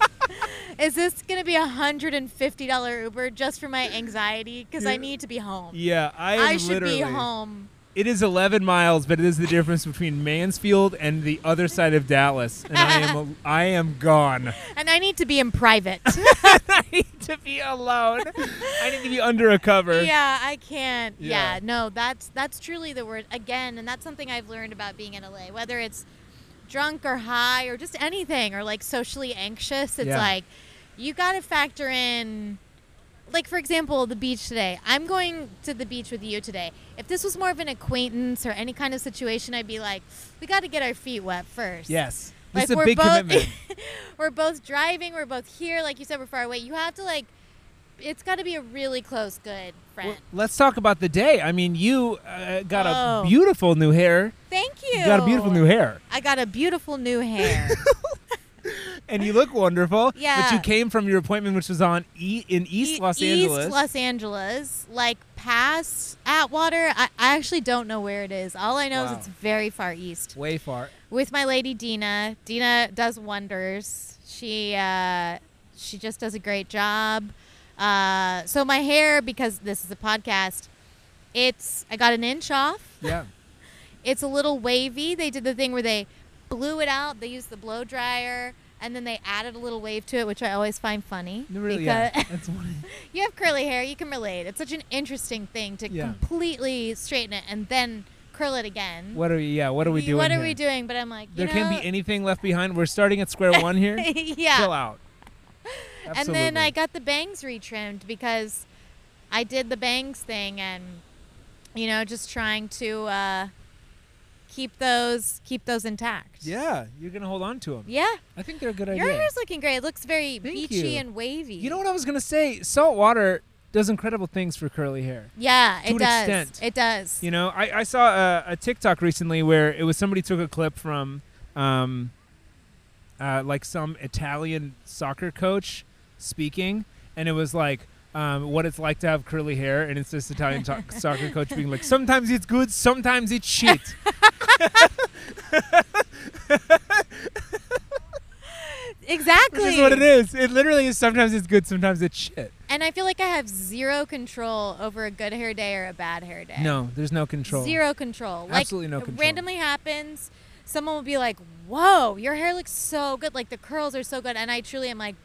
Speaker 2: Is this gonna be a hundred and fifty dollar Uber just for my anxiety? Because I
Speaker 1: Yeah.
Speaker 2: need to be home.
Speaker 1: yeah, I am
Speaker 2: I should
Speaker 1: literally.
Speaker 2: be home.
Speaker 1: It is 11 miles, but it is the difference between Mansfield and the other side of Dallas. And I am, I am gone.
Speaker 2: And I need to be in private.
Speaker 1: I need to be alone. I need to be under a cover.
Speaker 2: yeah, I can't. Yeah.
Speaker 1: Yeah.
Speaker 2: no, that's that's truly the word again, and that's something I've learned about being in LA. Whether it's drunk or high or just anything or like socially anxious, it's
Speaker 1: Yeah.
Speaker 2: like you got to factor in. Like for example, the beach today. I'm going to the beach with you today. If this was more of an acquaintance or any kind of situation, I'd be like, we got to get our feet wet first.
Speaker 1: Yes.
Speaker 2: Like
Speaker 1: this is a
Speaker 2: we're
Speaker 1: big
Speaker 2: both
Speaker 1: commitment.
Speaker 2: we're both driving, we're both here, like you said, we're far away. You have to like it's got to be a really close good friend.
Speaker 1: Well, let's talk about the day. I mean, you uh, got a
Speaker 2: Oh.
Speaker 1: beautiful new hair.
Speaker 2: Thank you.
Speaker 1: You got a beautiful new hair,
Speaker 2: I got a beautiful new hair.
Speaker 1: and you look wonderful. But
Speaker 2: Yeah.
Speaker 1: you came from your appointment, which was on e- in East
Speaker 2: E-
Speaker 1: Los Angeles.
Speaker 2: East Los Angeles, like past Atwater. I, I actually don't know where it is. All I know
Speaker 1: Wow.
Speaker 2: is it's very far east.
Speaker 1: Way far.
Speaker 2: With my lady Dina. Dina does wonders. She uh, she just does a great job. Uh, so my hair, because this is a podcast, it's I got an inch off.
Speaker 1: Yeah.
Speaker 2: It's a little wavy. They did the thing where they blew it out. They used the blow dryer, and then they added a little wave to it, which I always find funny.
Speaker 1: No, really.
Speaker 2: because
Speaker 1: yeah. That's one-
Speaker 2: you have curly hair, you can relate. It's such an interesting thing to
Speaker 1: Yeah.
Speaker 2: completely straighten it and then curl it again.
Speaker 1: what are we? Yeah. What are we doing?
Speaker 2: What are
Speaker 1: here?
Speaker 2: we doing? But I'm like, you
Speaker 1: There can't
Speaker 2: know-
Speaker 1: be anything left behind. We're starting at square one here. Chill
Speaker 2: yeah.
Speaker 1: out.
Speaker 2: And then
Speaker 1: Absolutely.
Speaker 2: I got the bangs retrimmed because I did the bangs thing and you know just trying to uh, keep those keep those intact.
Speaker 1: Yeah, you're gonna hold on to them.
Speaker 2: Yeah.
Speaker 1: I think they're a good
Speaker 2: Your
Speaker 1: idea.
Speaker 2: hair's looking great. It looks very
Speaker 1: Thank
Speaker 2: beachy
Speaker 1: you.
Speaker 2: and wavy.
Speaker 1: You know what I was gonna say? Salt water does incredible things for curly hair.
Speaker 2: Yeah,
Speaker 1: To
Speaker 2: it
Speaker 1: an
Speaker 2: does.
Speaker 1: extent.
Speaker 2: It does.
Speaker 1: You know, I, I saw a, a TikTok recently where it was somebody took a clip from, um, uh, like some Italian soccer coach speaking, and it was like. Um, what it's like to have curly hair, and it's this Italian to- soccer coach being like, sometimes it's good, sometimes it's shit.
Speaker 2: Exactly.
Speaker 1: This is what it is. It literally is. Sometimes it's good, sometimes it's shit.
Speaker 2: And I feel like I have zero control over a good hair day or a bad hair day.
Speaker 1: No, there's no control.
Speaker 2: Zero control. Like,
Speaker 1: Absolutely no
Speaker 2: it
Speaker 1: control.
Speaker 2: randomly happens. Someone will be like, "Whoa, your hair looks so good. Like the curls are so good." And I truly am like,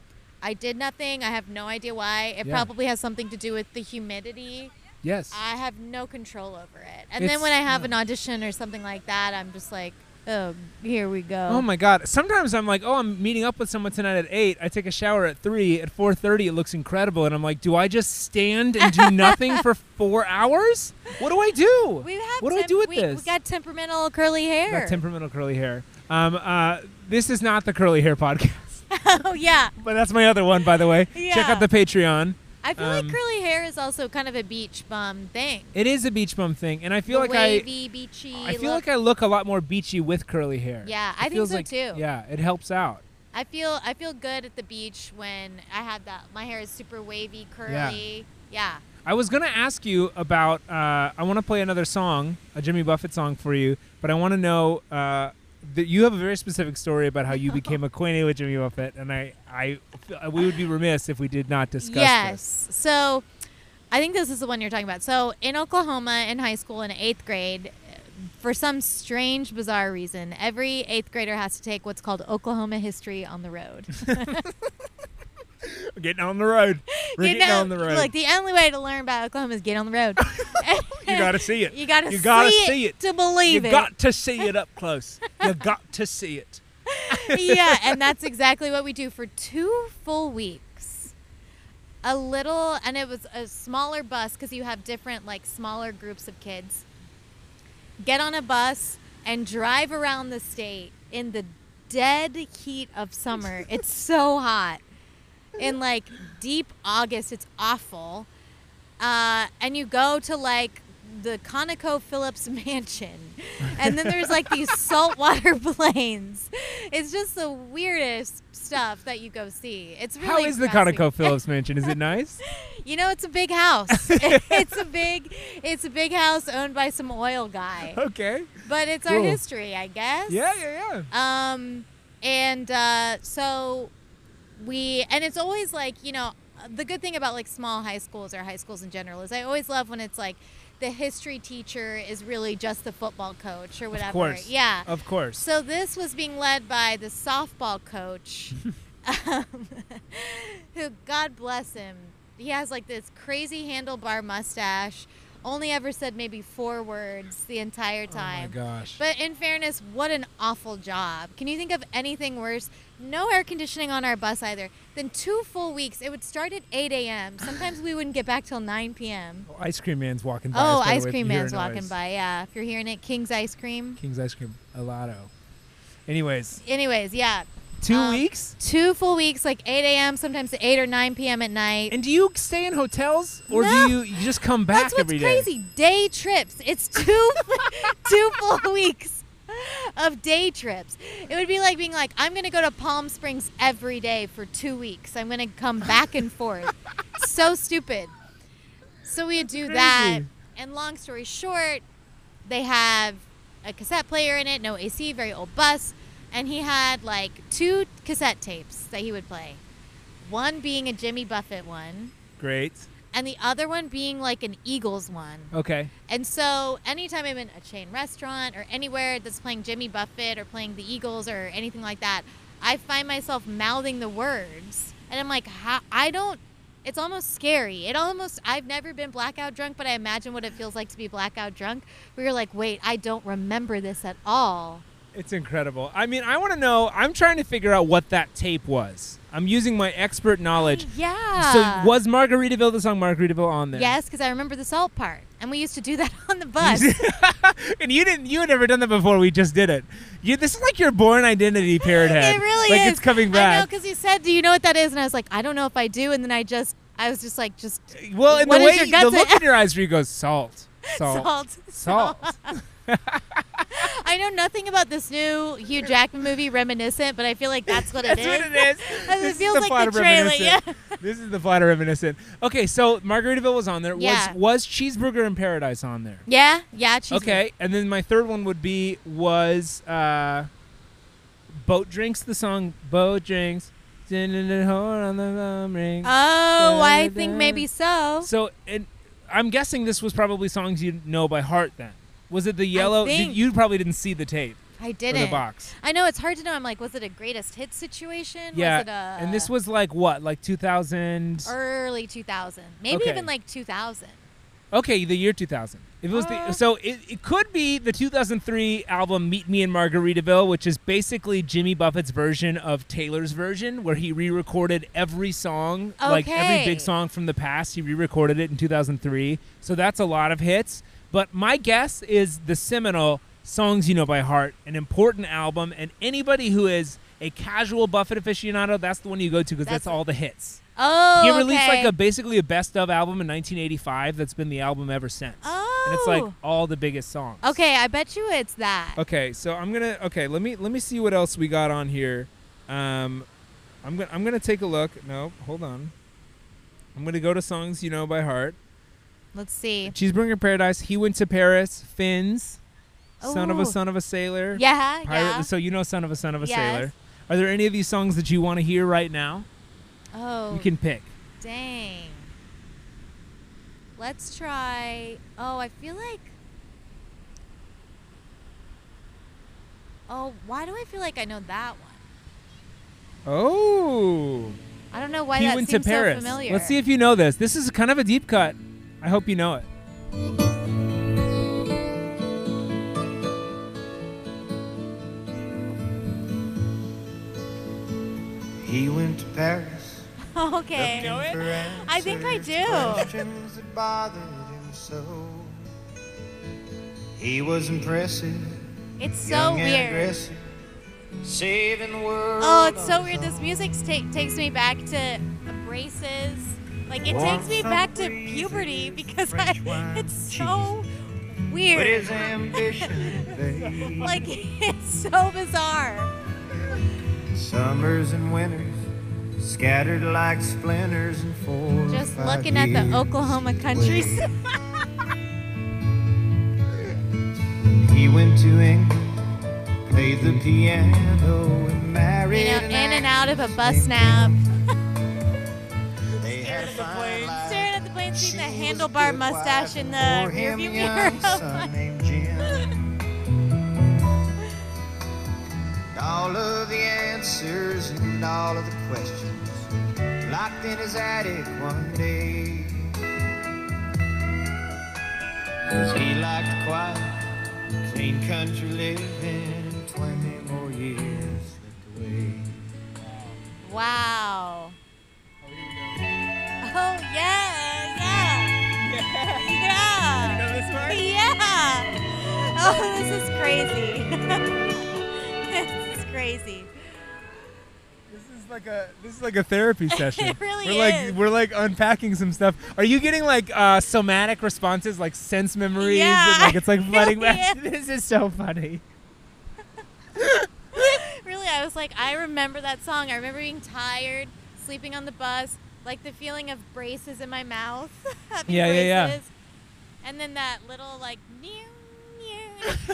Speaker 2: I did nothing. I have no idea why. It
Speaker 1: Yeah.
Speaker 2: probably has something to do with the humidity.
Speaker 1: Yes.
Speaker 2: I have no control over it. And
Speaker 1: It's-
Speaker 2: then when I have
Speaker 1: no.
Speaker 2: an audition or something like that, I'm just like, "Oh, here we go."
Speaker 1: Oh my god. Sometimes I'm like, oh, I'm meeting up with someone tonight at eight. I take a shower at three. At four thirty, it looks incredible, and I'm like, do I just stand and do nothing for four hours? What do I do?
Speaker 2: We have
Speaker 1: what do I
Speaker 2: temp-
Speaker 1: do with
Speaker 2: we,
Speaker 1: this?
Speaker 2: We got temperamental curly hair.
Speaker 1: Got temperamental curly hair. Um, uh, this is not the curly hair podcast,
Speaker 2: oh yeah.
Speaker 1: but that's my other one, by the way. Check
Speaker 2: Yeah.
Speaker 1: out the Patreon.
Speaker 2: I feel
Speaker 1: Um,
Speaker 2: like curly hair is also kind of a beach bum thing.
Speaker 1: It is a beach bum thing, and I feel
Speaker 2: The
Speaker 1: like
Speaker 2: wavy, beachy.
Speaker 1: I, I feel like I look a lot more beachy with curly hair.
Speaker 2: Yeah,
Speaker 1: It
Speaker 2: I think
Speaker 1: feels
Speaker 2: so
Speaker 1: like-
Speaker 2: too.
Speaker 1: Yeah, it helps out.
Speaker 2: I feel I feel good at the beach when I have that. My hair is super wavy, curly. Yeah.
Speaker 1: I was gonna ask you about. Uh, I want to play another song, a Jimmy Buffett song for you, but I want to know uh, that you have a very specific story about how you became acquainted with Jimmy Buffett, and I, I, we would be remiss if we did not discuss. This.
Speaker 2: Yes. So, I think this is the one you're talking about. So in Oklahoma, in high school, in eighth grade, for some strange, bizarre reason, every eighth grader has to take what's called Oklahoma history on the road.
Speaker 1: We're getting on the road. We're
Speaker 2: You
Speaker 1: getting
Speaker 2: know,
Speaker 1: on the road.
Speaker 2: Look, the only way to learn about Oklahoma is get on the road.
Speaker 1: you gotta see it.
Speaker 2: You gotta,
Speaker 1: You gotta
Speaker 2: see,
Speaker 1: see it.
Speaker 2: it to believe
Speaker 1: You
Speaker 2: it.
Speaker 1: got to see it up close. you got to see it.
Speaker 2: yeah, and that's exactly what we do for two full weeks. A little, and it was a smaller bus because you have different, like, smaller groups of kids. Get on a bus and drive around the state in the dead heat of summer. it's so hot. In like deep August, it's awful. Uh, and you go to like the ConocoPhillips mansion, and then there's like these saltwater plains. It's just the weirdest stuff that you go see. It's really
Speaker 1: How is the
Speaker 2: depressing.
Speaker 1: Conoco Phillips mansion? Is it nice?
Speaker 2: You know, it's a big house. it's a big, it's a big house owned by some oil guy.
Speaker 1: Okay.
Speaker 2: But it's our
Speaker 1: Cool.
Speaker 2: history, I guess.
Speaker 1: Yeah, yeah, yeah.
Speaker 2: Um, and uh, so we, and it's always like, you know, the good thing about like small high schools or high schools in general is I always love when it's like the history teacher is really just the football coach or whatever.
Speaker 1: course.
Speaker 2: Yeah.
Speaker 1: Of course.
Speaker 2: So this was being led by the softball coach, um, who, God bless him, he has like this crazy handlebar mustache. Only ever said maybe four words the entire time.
Speaker 1: Oh my gosh.
Speaker 2: But in fairness, what an awful job. Can you think of anything worse? No air conditioning on our bus either. Then two full weeks. It would start at 8 a.m. Sometimes we wouldn't get back till 9 p.m.
Speaker 1: Oh, ice cream man's walking by.
Speaker 2: Oh,
Speaker 1: us, by the
Speaker 2: ice
Speaker 1: way, if
Speaker 2: cream
Speaker 1: you hear
Speaker 2: man's
Speaker 1: a
Speaker 2: walking
Speaker 1: noise.
Speaker 2: by. Yeah, if you're hearing it, King's ice cream.
Speaker 1: King's ice cream gelato. Anyways,
Speaker 2: Anyways, yeah,
Speaker 1: two
Speaker 2: Um,
Speaker 1: weeks.
Speaker 2: two full weeks, like 8 a.m. sometimes to 8 or 9 p.m. at night.
Speaker 1: And do you stay in hotels or
Speaker 2: No.
Speaker 1: do you, you just come back
Speaker 2: That's what's
Speaker 1: every day?
Speaker 2: crazy. Day trips. It's two two full weeks of day trips. It would be like being like, I'm gonna go to Palm Springs every day for two weeks. I'm gonna come back and forth. so stupid. So we would do that.
Speaker 1: Crazy.
Speaker 2: And long story short, they have a cassette player in it, no AC, very old bus, and he had like two cassette tapes that he would play. One being a Jimmy Buffett one,
Speaker 1: Great.
Speaker 2: and the other one being like an Eagles one.
Speaker 1: Okay.
Speaker 2: And so, anytime I'm in a chain restaurant or anywhere that's playing Jimmy Buffett or playing the Eagles or anything like that, I find myself mouthing the words, and I'm like, How? I don't. It's almost scary. It almost. I've never been blackout drunk, but I imagine what it feels like to be blackout drunk. Where you're like, wait, I don't remember this at all.
Speaker 1: It's incredible. I mean, I want to know. I'm trying to figure out what that tape was. I'm using my expert knowledge.
Speaker 2: Yeah.
Speaker 1: So was Margaritaville the song Margaritaville on there?
Speaker 2: Yes, because I remember the salt part. And and we used to do that on the bus.
Speaker 1: and you didn't. You had never done that before. We just did it. You, this is like your born identity, parrot head.
Speaker 2: It really
Speaker 1: like
Speaker 2: is.
Speaker 1: It's coming
Speaker 2: I know
Speaker 1: back.
Speaker 2: because he said, "Do you know what that is?" And I was like, "I don't know if I do." And then I just, I was just like, just
Speaker 1: well, and
Speaker 2: What
Speaker 1: the
Speaker 2: is
Speaker 1: way
Speaker 2: your
Speaker 1: the
Speaker 2: guts-
Speaker 1: look in your eyes where you go salt, salt,
Speaker 2: salt.
Speaker 1: salt.
Speaker 2: I know nothing about this new Hugh Jackman movie, Reminiscent, but I feel like that's what it
Speaker 1: That's
Speaker 2: is.
Speaker 1: what it is.
Speaker 2: It
Speaker 1: This is
Speaker 2: feels
Speaker 1: the
Speaker 2: like
Speaker 1: plot
Speaker 2: the
Speaker 1: of
Speaker 2: trailer,
Speaker 1: Reminiscent. This is the plot of reminiscent. Okay, so Margaritaville was on there.
Speaker 2: Yeah.
Speaker 1: Was was Cheeseburger in Paradise on there?
Speaker 2: Yeah, yeah. Cheese
Speaker 1: Okay, and then my third one would be was uh, Boat Drinks the song Boat Drinks. Didn't hold on the bum ring.
Speaker 2: Oh, I
Speaker 1: Da-da-da.
Speaker 2: think maybe so.
Speaker 1: So, and I'm guessing this was probably songs you know by heart. Then was it the yellow? did-
Speaker 2: think-
Speaker 1: you probably didn't see the tape
Speaker 2: I
Speaker 1: or
Speaker 2: didn't.
Speaker 1: the box.
Speaker 2: I know it's hard to know. I'm like, was it a greatest hit situation?
Speaker 1: yeah,
Speaker 2: Was it uh, a
Speaker 1: and this was like what, like 2000?
Speaker 2: early 2000, maybe
Speaker 1: Okay.
Speaker 2: even like 2000.
Speaker 1: Okay, the year 2000. If it was the,
Speaker 2: Uh.
Speaker 1: so it, it could be the 2003 album Meet Me in Margaritaville, which is basically Jimmy Buffett's version of Taylor's version, where he re recorded every song, like every
Speaker 2: Okay.
Speaker 1: big song from the past. He re recorded it in 2003. So that's a lot of hits. But my guess is the seminal Songs You Know by Heart, an important album. And anybody who is a casual Buffett aficionado, that's the one you go to because that's,
Speaker 2: That's-
Speaker 1: all the hits.
Speaker 2: Oh,
Speaker 1: He released
Speaker 2: okay.
Speaker 1: like a basically a best of album in 1985 that's been the album ever since.
Speaker 2: Oh.
Speaker 1: And it's like all the biggest songs.
Speaker 2: Okay, I bet you it's that.
Speaker 1: Okay, so I'm going to okay, let me let me see what else we got on here. Um I'm going to I'm going to take a look. No, hold on. I'm going to go to songs you know by heart.
Speaker 2: Let's see.
Speaker 1: Cheeseburger Paradise, He Went to Paris, Fins, Son of a
Speaker 2: Ooh.
Speaker 1: Son of a Sailor.
Speaker 2: Yeah,
Speaker 1: Pirate,
Speaker 2: yeah.
Speaker 1: So you know Son of a Son of a
Speaker 2: Yes.
Speaker 1: Sailor. Are there any of these songs that you want to hear right now?
Speaker 2: Oh,
Speaker 1: You can pick.
Speaker 2: dang. Let's try. Oh, I feel like. Oh, why do I feel like I know that one?
Speaker 1: Oh.
Speaker 2: I don't know why
Speaker 1: he
Speaker 2: that
Speaker 1: went to
Speaker 2: seems
Speaker 1: Paris.
Speaker 2: so familiar.
Speaker 1: Let's see if you know this. This is kind of a deep cut. I hope you know it.
Speaker 4: He went to Paris.
Speaker 2: okay.
Speaker 4: looking for
Speaker 2: I think I
Speaker 4: answers,
Speaker 2: do.
Speaker 4: questions that bothered him so. He was impressive.
Speaker 2: It's so
Speaker 4: young And
Speaker 2: weird.
Speaker 4: aggressive, saving the world.
Speaker 2: Oh, it's so
Speaker 4: on
Speaker 2: weird.
Speaker 4: his
Speaker 2: This
Speaker 4: own.
Speaker 2: music ta- takes me back to braces. Like it
Speaker 4: Want
Speaker 2: takes me
Speaker 4: some
Speaker 2: back to
Speaker 4: breeze
Speaker 2: puberty
Speaker 4: and
Speaker 2: because I,
Speaker 4: French wine
Speaker 2: it's so
Speaker 4: and But
Speaker 2: weird.
Speaker 4: his ambition fades.
Speaker 2: Like it's so bizarre.
Speaker 4: Summers and winters scattered like splinters in four. or
Speaker 2: Just
Speaker 4: five
Speaker 2: looking at
Speaker 4: years
Speaker 2: the Oklahoma
Speaker 4: away.
Speaker 2: countryside.
Speaker 4: He went to England, played the piano, and married.
Speaker 2: You know, in
Speaker 4: an
Speaker 2: and out of a
Speaker 4: actress
Speaker 2: bus
Speaker 4: named
Speaker 2: nap,
Speaker 4: Pam. They had a fine life.
Speaker 2: staring at the plane, seeing the
Speaker 4: She was a
Speaker 2: handlebar
Speaker 4: good
Speaker 2: mustache
Speaker 4: wife
Speaker 2: in the
Speaker 4: for him
Speaker 2: rearview mirror.
Speaker 4: young son named Jim. all of the answers and all of the questions locked in his attic one day. 'Cause he liked quiet, clean country living. Twenty more years slipped away.
Speaker 2: wow. Oh yeah, yeah, yeah. Yeah. Oh, this is crazy. this is crazy.
Speaker 1: This is like a this is like a therapy session.
Speaker 2: It really
Speaker 1: we're
Speaker 2: is.
Speaker 1: like we're like unpacking some stuff. Are you getting like uh, somatic responses, like sense memories?
Speaker 2: Yeah,
Speaker 1: and, like it's like
Speaker 2: it
Speaker 1: flooding
Speaker 2: really
Speaker 1: back. This is so funny.
Speaker 2: Really, I was like, I remember that song. I remember being tired, sleeping on the bus, like the feeling of braces in my mouth. Having
Speaker 1: Yeah, yeah, yeah.
Speaker 2: braces. And then that little like meow, meow.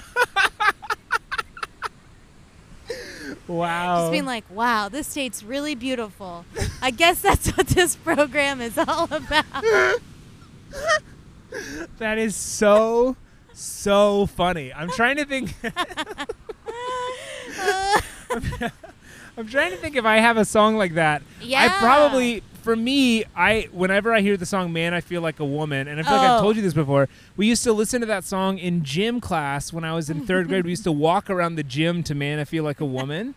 Speaker 1: Wow.
Speaker 2: Just being like, wow, this state's really beautiful. I guess that's what this program is all about.
Speaker 1: that is so so funny. I'm trying to think. I'm trying to think if I have a song like that. I
Speaker 2: Yeah.
Speaker 1: probably for me, I whenever I hear the song "Man, I Feel Like a Woman," and I feel like I've
Speaker 2: Oh.
Speaker 1: told you this before. We used to listen to that song in gym class when I was in third grade. We used to walk around the gym to "Man, I Feel Like a Woman."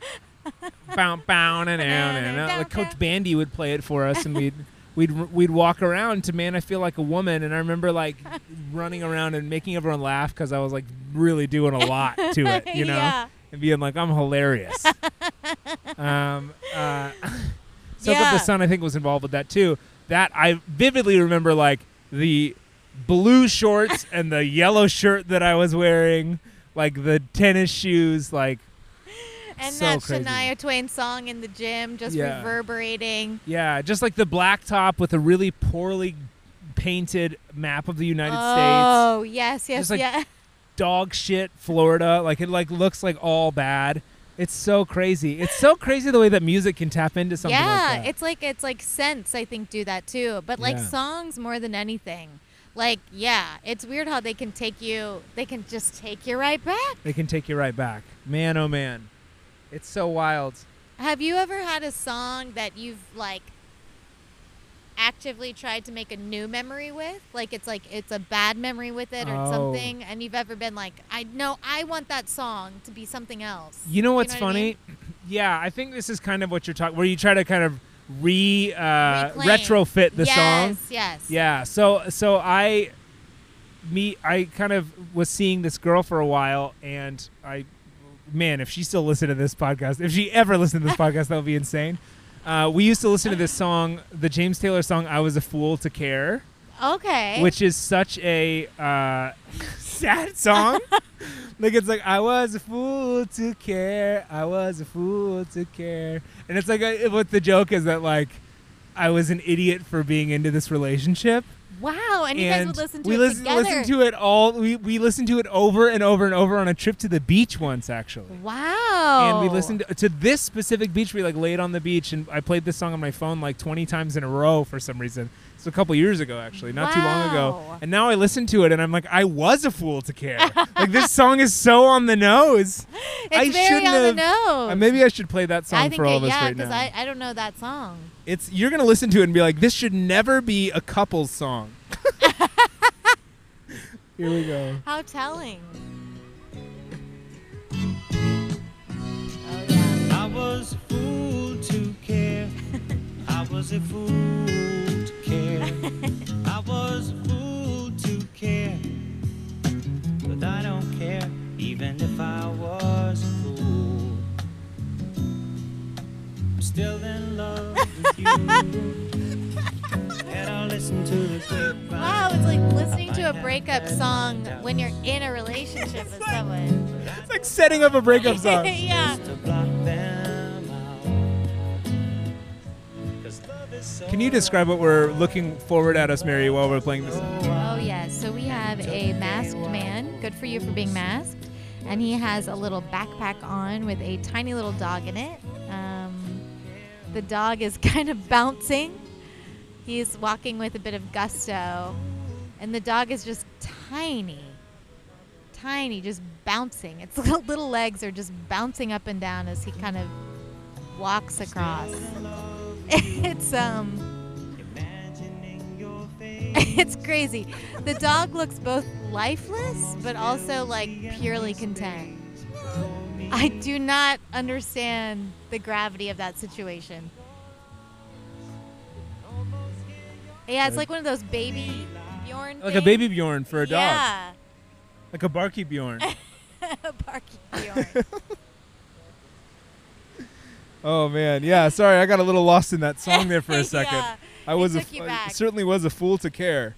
Speaker 1: Bow, bow, na, na, na, na. Like Coach Bandy would play it for us, and we'd we'd we'd walk around to "Man, I Feel Like a Woman," and I remember like running around and making everyone laugh because I was like really doing a lot to it, you know,
Speaker 2: Yeah.
Speaker 1: and being like, "I'm hilarious." um, uh, Soak Up
Speaker 2: Yeah.
Speaker 1: the Sun, I think, was involved with that too. That I vividly remember, like the blue shorts and the yellow shirt that I was wearing, like the tennis shoes, like
Speaker 2: And
Speaker 1: So
Speaker 2: that
Speaker 1: crazy.
Speaker 2: Shania Twain song in the gym just
Speaker 1: Yeah.
Speaker 2: reverberating.
Speaker 1: yeah, just like the black top with a really poorly painted map of the United States.
Speaker 2: oh yes, yes,
Speaker 1: Just like-
Speaker 2: yes.
Speaker 1: dog shit Florida. Like it like looks like all bad. It's so crazy. It's so crazy the way that music can tap into something
Speaker 2: yeah,
Speaker 1: like that.
Speaker 2: it's like it's like scents I think do that too, but like
Speaker 1: Yeah.
Speaker 2: songs more than anything. Like yeah, it's weird how they can take you. They can just take you right back.
Speaker 1: they can take you right back. Man, oh man. It's so wild.
Speaker 2: Have you ever had a song that you've like actively tried to make a new memory with? Like it's like it's a bad memory with it or
Speaker 1: Oh.
Speaker 2: something, and you've ever been like, I know I want that song to be something else.
Speaker 1: You know what's
Speaker 2: what I
Speaker 1: funny?
Speaker 2: mean?
Speaker 1: Yeah, I think this is kind of what you're talking where you try to kind of re uh,
Speaker 2: Reclaim.
Speaker 1: retrofit the
Speaker 2: yes,
Speaker 1: song.
Speaker 2: Yes.
Speaker 1: Yeah. So so I me I kind of was seeing this girl for a while and I man, if she still listened to this podcast, if she ever listened to this podcast, that would be insane. Uh, we used to listen to this song, the James Taylor song I was a fool to care,
Speaker 2: Okay.
Speaker 1: which is such a uh, sad song. like it's like I was a fool to care, I was a fool to care. And it's like uh what the joke is that like I was an idiot for being into this relationship
Speaker 2: wow, and you guys would listen to
Speaker 1: we
Speaker 2: it
Speaker 1: listen,
Speaker 2: together.
Speaker 1: listened to it all. We, we listened to it over and over and over on a trip to the beach once, actually.
Speaker 2: Wow.
Speaker 1: And we listened to, to this specific beach. We like laid on the beach, and I played this song on my phone like 20 times in a row for some reason. It's a couple years ago, actually, not too long ago.
Speaker 2: Wow.
Speaker 1: And now I listen to it, and I'm like, I was a fool to care. like this song is so on the nose.
Speaker 2: It's
Speaker 1: I
Speaker 2: very
Speaker 1: shouldn't
Speaker 2: on
Speaker 1: have-
Speaker 2: the nose.
Speaker 1: Uh, maybe I should play that song
Speaker 2: Oh. I think
Speaker 1: for all
Speaker 2: I-
Speaker 1: of us
Speaker 2: yeah,
Speaker 1: right now.
Speaker 2: I, I don't know that song.
Speaker 1: it's you're gonna listen to it and be like, this should never be a couple's song. Here we go.
Speaker 2: How telling. Oh yeah.
Speaker 4: I was a fool to care. I was a fool to care. I was a fool to care. But I don't care, even if I was a fool. I'm still in love with you. and I'll listen to the grapevine.
Speaker 2: Wow, it's like listening to a
Speaker 4: Bye.
Speaker 2: breakup song when you're in a relationship with someone.
Speaker 1: It's like setting up a breakup song.
Speaker 2: yeah.
Speaker 4: To block them out. 'Cause love is so
Speaker 1: Can you describe what we're looking forward at us, Mary, while we're playing this?
Speaker 2: Oh yes. So we have a masked man. Good for you for being masked. And he has a little backpack on with a tiny little dog in it. Um, the dog is kind of bouncing. He's walking with a bit of gusto, and the dog is just tiny, tiny, just bouncing. Its little, little legs are just bouncing up and down as he kind of walks across. it's um.
Speaker 4: imagining your face.
Speaker 2: it's crazy. The dog looks both lifeless but also like purely content. I do not understand the gravity of that situation. Yeah, it's like one of those baby Bjorn
Speaker 1: Like a
Speaker 2: things.
Speaker 1: baby Bjorn for a dog.
Speaker 2: Yeah.
Speaker 1: Like a barky Bjorn.
Speaker 2: Barky Bjorn.
Speaker 1: oh man, yeah. Sorry, I got a little lost in that song there for a second.
Speaker 2: Yeah,
Speaker 1: I
Speaker 2: it
Speaker 1: was a
Speaker 2: took you
Speaker 1: I
Speaker 2: back.
Speaker 1: certainly was a fool to care.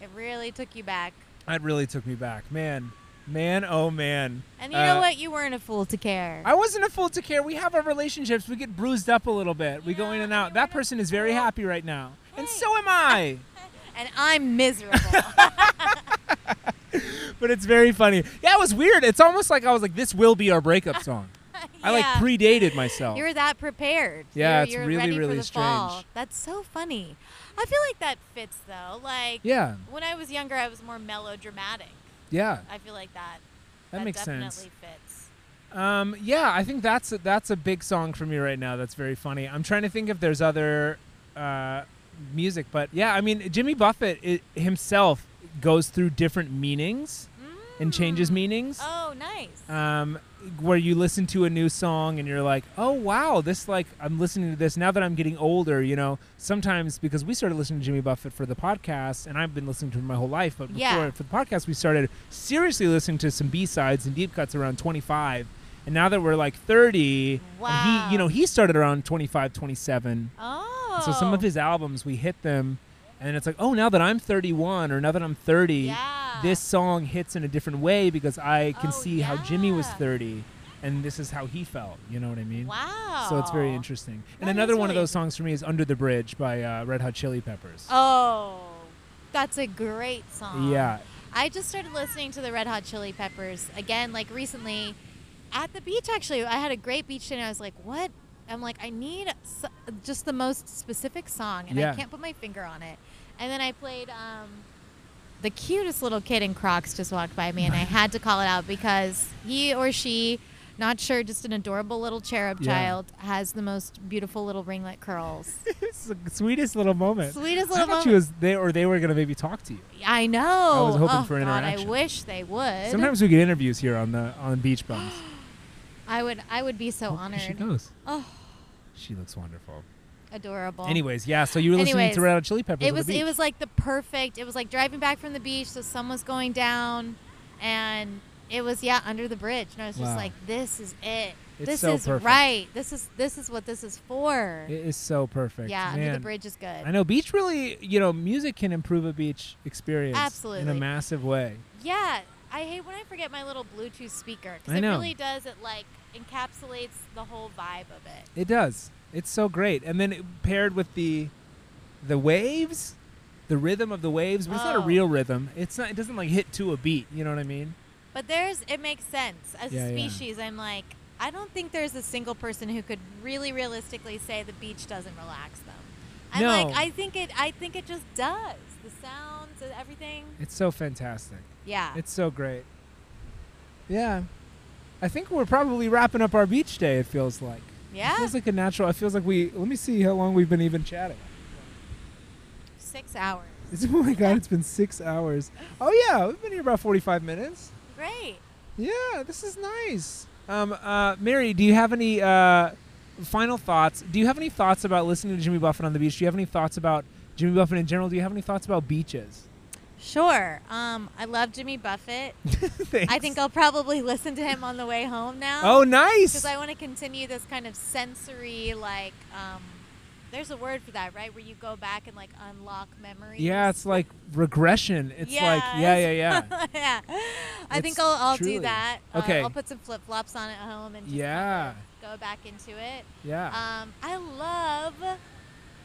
Speaker 2: It really took you back.
Speaker 1: That really took me back, man. Man, oh man.
Speaker 2: And you
Speaker 1: Uh,
Speaker 2: know what? You weren't a fool to care.
Speaker 1: I wasn't a fool to care. We have our relationships. We get bruised up a little bit. We go in and out. That person is very happy right now, and so am I.
Speaker 2: and I'm miserable.
Speaker 1: but it's very funny. Yeah, it was weird. It's almost like I was like, this will be our breakup song. I like
Speaker 2: Yeah.
Speaker 1: predated myself.
Speaker 2: You're that prepared.
Speaker 1: Yeah,
Speaker 2: You're-
Speaker 1: it's
Speaker 2: you're
Speaker 1: really,
Speaker 2: ready for
Speaker 1: really
Speaker 2: the fall.
Speaker 1: strange.
Speaker 2: That's so funny. I feel like that fits though. Like
Speaker 1: yeah,
Speaker 2: when I was younger, I was more melodramatic.
Speaker 1: yeah,
Speaker 2: I feel like that.
Speaker 1: that, makes
Speaker 2: definitely
Speaker 1: sense.
Speaker 2: fits.
Speaker 1: Um, yeah, I think that's a, that's a big song for me right now. That's very funny. I'm trying to think if there's other uh, music, but yeah, I mean, Jimmy Buffett i himself goes through different meanings. and changes meanings.
Speaker 2: Oh, nice.
Speaker 1: Um, where you listen to a new song and you're like, oh wow, this like I'm listening to this now that I'm getting older. You know, sometimes because we started listening to Jimmy Buffett for the podcast, and I've been listening to him my whole life. But before
Speaker 2: Yeah.
Speaker 1: for the podcast, we started seriously listening to some B sides and deep cuts around 25. And now that we're like 30, and
Speaker 2: Wow.
Speaker 1: he, you know, he started around 25, 27.
Speaker 2: oh.
Speaker 1: Uh, So some of his albums, we hit them, and it's like, oh, now that I'm 31 or now that I'm 30,
Speaker 2: Yeah.
Speaker 1: this song hits in a different way because I can
Speaker 2: Oh,
Speaker 1: see how Jimmy was
Speaker 2: yeah.
Speaker 1: 30, and this is how he felt. You know what I mean?
Speaker 2: Wow.
Speaker 1: So it's very interesting. And
Speaker 2: That
Speaker 1: another
Speaker 2: is
Speaker 1: one of
Speaker 2: really
Speaker 1: those songs for me is "Under the Bridge" by uh, Red Hot Chili Peppers.
Speaker 2: Oh, that's a great song.
Speaker 1: Yeah,
Speaker 2: I just started listening to the Red Hot Chili Peppers again, like recently, at the beach. Actually, I had a great beach day, and I was like, "What?" I'm like, "I need s- just the most specific song," and
Speaker 1: Yeah.
Speaker 2: I can't put my finger on it. And then I played um, the cutest little kid in Crocs just walked by me, and I had to call it out because he or she, not sure, just an adorable little cherub
Speaker 1: Yeah.
Speaker 2: child, has the most beautiful little ringlet curls.
Speaker 1: it's the sweetest little moment.
Speaker 2: Sweetest
Speaker 1: I
Speaker 2: little.
Speaker 1: thought
Speaker 2: moment.
Speaker 1: you was they or they were gonna maybe talk to you.
Speaker 2: I know.
Speaker 1: I was hoping
Speaker 2: oh,
Speaker 1: for an
Speaker 2: God,
Speaker 1: interaction.
Speaker 2: I wish they would.
Speaker 1: Sometimes we get interviews here on the on Beach Bums.
Speaker 2: I would. I would be so
Speaker 1: Oh,
Speaker 2: honored.
Speaker 1: Here she goes.
Speaker 2: Oh.
Speaker 1: She looks wonderful.
Speaker 2: Adorable.
Speaker 1: Anyways, yeah. So you were listening
Speaker 2: Anyways,
Speaker 1: to Red Hot Chili Peppers.
Speaker 2: it
Speaker 1: on the
Speaker 2: was.
Speaker 1: beach.
Speaker 2: It was like the perfect. It was like driving back from the beach, so sun was going down, and it was yeah under the bridge, and I was
Speaker 1: Wow.
Speaker 2: just like, this is it.
Speaker 1: It's
Speaker 2: this
Speaker 1: so
Speaker 2: is
Speaker 1: perfect.
Speaker 2: right. This is this is what this is for.
Speaker 1: It is so perfect.
Speaker 2: yeah, under
Speaker 1: Man.
Speaker 2: the bridge is good.
Speaker 1: I know beach really, you know, music can improve a beach experience in a
Speaker 2: Absolutely.
Speaker 1: massive way.
Speaker 2: Yeah, I hate when I forget my little Bluetooth speaker
Speaker 1: I
Speaker 2: because it
Speaker 1: know.
Speaker 2: really does. It like encapsulates the whole vibe of it.
Speaker 1: It does. It's so great. And then it, paired with the the waves, the rhythm of the waves, but it's not a
Speaker 2: Oh.
Speaker 1: real rhythm. It's not it doesn't like hit to a beat, you know what I mean?
Speaker 2: But there's it makes sense as
Speaker 1: Yeah,
Speaker 2: a
Speaker 1: yeah.
Speaker 2: species. I'm like, I don't think there's a single person who could really realistically say the beach doesn't relax them. I'm
Speaker 1: No.
Speaker 2: like, I think it. I think it just does. The sounds and everything.
Speaker 1: It's so fantastic.
Speaker 2: Yeah.
Speaker 1: It's so great. Yeah. I think we're probably wrapping up our beach day, it feels like. It
Speaker 2: yeah.
Speaker 1: feels like a natural it feels like we let me see how long we've been even chatting.
Speaker 2: Six hours.
Speaker 1: It's, oh my god, it's been six hours. Oh yeah, we've been here about forty five minutes.
Speaker 2: Great.
Speaker 1: Yeah, this is nice. Um, uh, Mary, do you have any uh, final thoughts? Do you have any thoughts about listening to Jimmy Buffett on the beach? Do you have any thoughts about Jimmy Buffett in general? Do you have any thoughts about beaches?
Speaker 2: Sure. Um, I love Jimmy Buffett.
Speaker 1: Thanks.
Speaker 2: I think um, I'll probably listen to him on the way home now.
Speaker 1: oh, nice.
Speaker 2: because I want to continue this kind of sensory like um, there's a word for that right where you go back and like unlock memories.
Speaker 1: yeah, it's like regression. It's like yeah, yeah, yeah.
Speaker 2: yeah. yeah. I think
Speaker 1: It's
Speaker 2: I'll, I'll
Speaker 1: truly-
Speaker 2: do that. Uh,
Speaker 1: Okay.
Speaker 2: I'll put some flip flops on at home and just
Speaker 1: Yeah.
Speaker 2: go back into it.
Speaker 1: Yeah.
Speaker 2: Um, I love,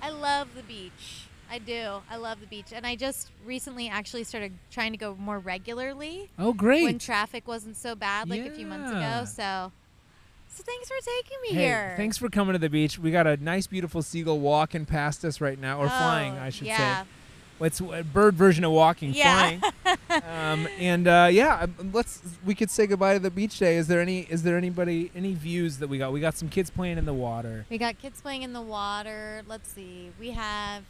Speaker 2: I love the beach. I do. I love the beach, and I just recently actually started trying to go more regularly
Speaker 1: oh, great.
Speaker 2: when traffic wasn't so bad, like a few months
Speaker 1: Yeah.
Speaker 2: ago. So, so thanks for taking me
Speaker 1: Hey,
Speaker 2: here.
Speaker 1: thanks for coming to the beach. We got a nice, beautiful seagull walking past us right now, or
Speaker 2: Oh,
Speaker 1: flying, I should
Speaker 2: yeah.
Speaker 1: say. What's a bird version of walking?
Speaker 2: Yeah.
Speaker 1: Flying. um, and uh, yeah, um, let's we could say goodbye to the beach day. Is there any is there anybody any views that we got? We got some kids playing in the water.
Speaker 2: We got kids playing in the water. Let's see. We have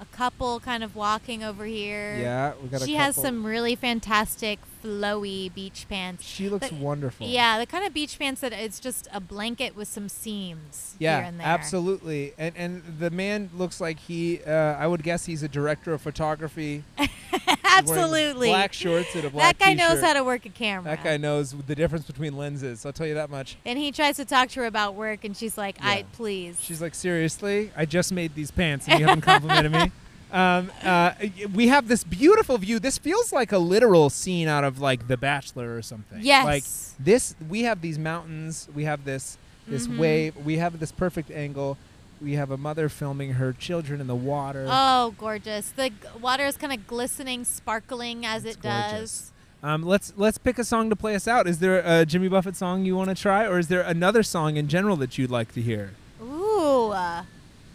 Speaker 2: a couple kind of walking over here.
Speaker 1: Yeah, we got.
Speaker 2: She
Speaker 1: a
Speaker 2: has
Speaker 1: couple.
Speaker 2: some really fantastic flowy beach pants.
Speaker 1: She looks
Speaker 2: but-
Speaker 1: wonderful.
Speaker 2: Yeah, the kind of beach pants that it's just a blanket with some seams
Speaker 1: Yeah,
Speaker 2: here and there.
Speaker 1: absolutely. And and the man looks like he. Uh, I would guess he's a director of photography. He's wearing
Speaker 2: absolutely.
Speaker 1: Black shorts and a black.
Speaker 2: that guy knows
Speaker 1: t-shirt.
Speaker 2: how to work a camera.
Speaker 1: That guy knows the difference between lenses. I'll tell you that much.
Speaker 2: And he tries to talk to her about work, and she's like,
Speaker 1: Yeah.
Speaker 2: "I please."
Speaker 1: She's like, seriously, I just made these pants and you haven't complimented me. Um, uh, we have this beautiful view. This feels like a literal scene out of like The Bachelor or something.
Speaker 2: Yes.
Speaker 1: Like this, we have these mountains. We have this this
Speaker 2: Mm-hmm.
Speaker 1: wave. We have this perfect angle. We have a mother filming her children in the water.
Speaker 2: oh, gorgeous! The g- water is kind of glistening, sparkling as
Speaker 1: It's
Speaker 2: it
Speaker 1: gorgeous.
Speaker 2: does.
Speaker 1: Um, let's let's pick a song to play us out. Is there a Jimmy Buffett song you want to try, or is there another song in general that you'd like to hear?
Speaker 2: Ooh. uh,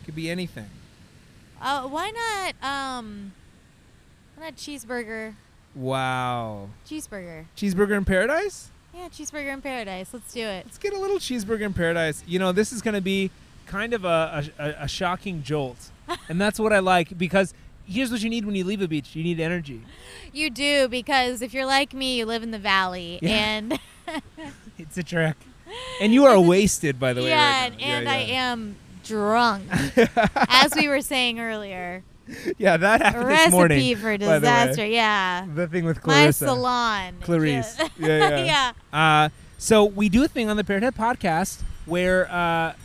Speaker 1: Could be anything.
Speaker 2: Uh, why not? Um, why not cheeseburger?
Speaker 1: Wow.
Speaker 2: Cheeseburger.
Speaker 1: Cheeseburger in Paradise?
Speaker 2: Yeah, cheeseburger in paradise. Let's do it.
Speaker 1: Let's get a little cheeseburger in paradise. You know, this is going to be kind of a, a, a shocking jolt. and that's what I like because here's what you need when you leave a beach. You need energy.
Speaker 2: You do because if you're like me, you live in the valley,
Speaker 1: Yeah.
Speaker 2: and
Speaker 1: It's a trick. And you are wasted, by the way.
Speaker 2: yeah,
Speaker 1: right
Speaker 2: and,
Speaker 1: now.
Speaker 2: and I am drunk, as we were saying earlier.
Speaker 1: Yeah, that happened
Speaker 2: Recipe
Speaker 1: this morning.
Speaker 2: for
Speaker 1: by the way.
Speaker 2: disaster. Yeah,
Speaker 1: The thing with
Speaker 2: my
Speaker 1: Clarissa.
Speaker 2: salon.
Speaker 1: Clarice.
Speaker 2: Yeah.
Speaker 1: Yeah, yeah.
Speaker 2: yeah.
Speaker 1: Uh, so we do a thing on the Parrot Head podcast where uh,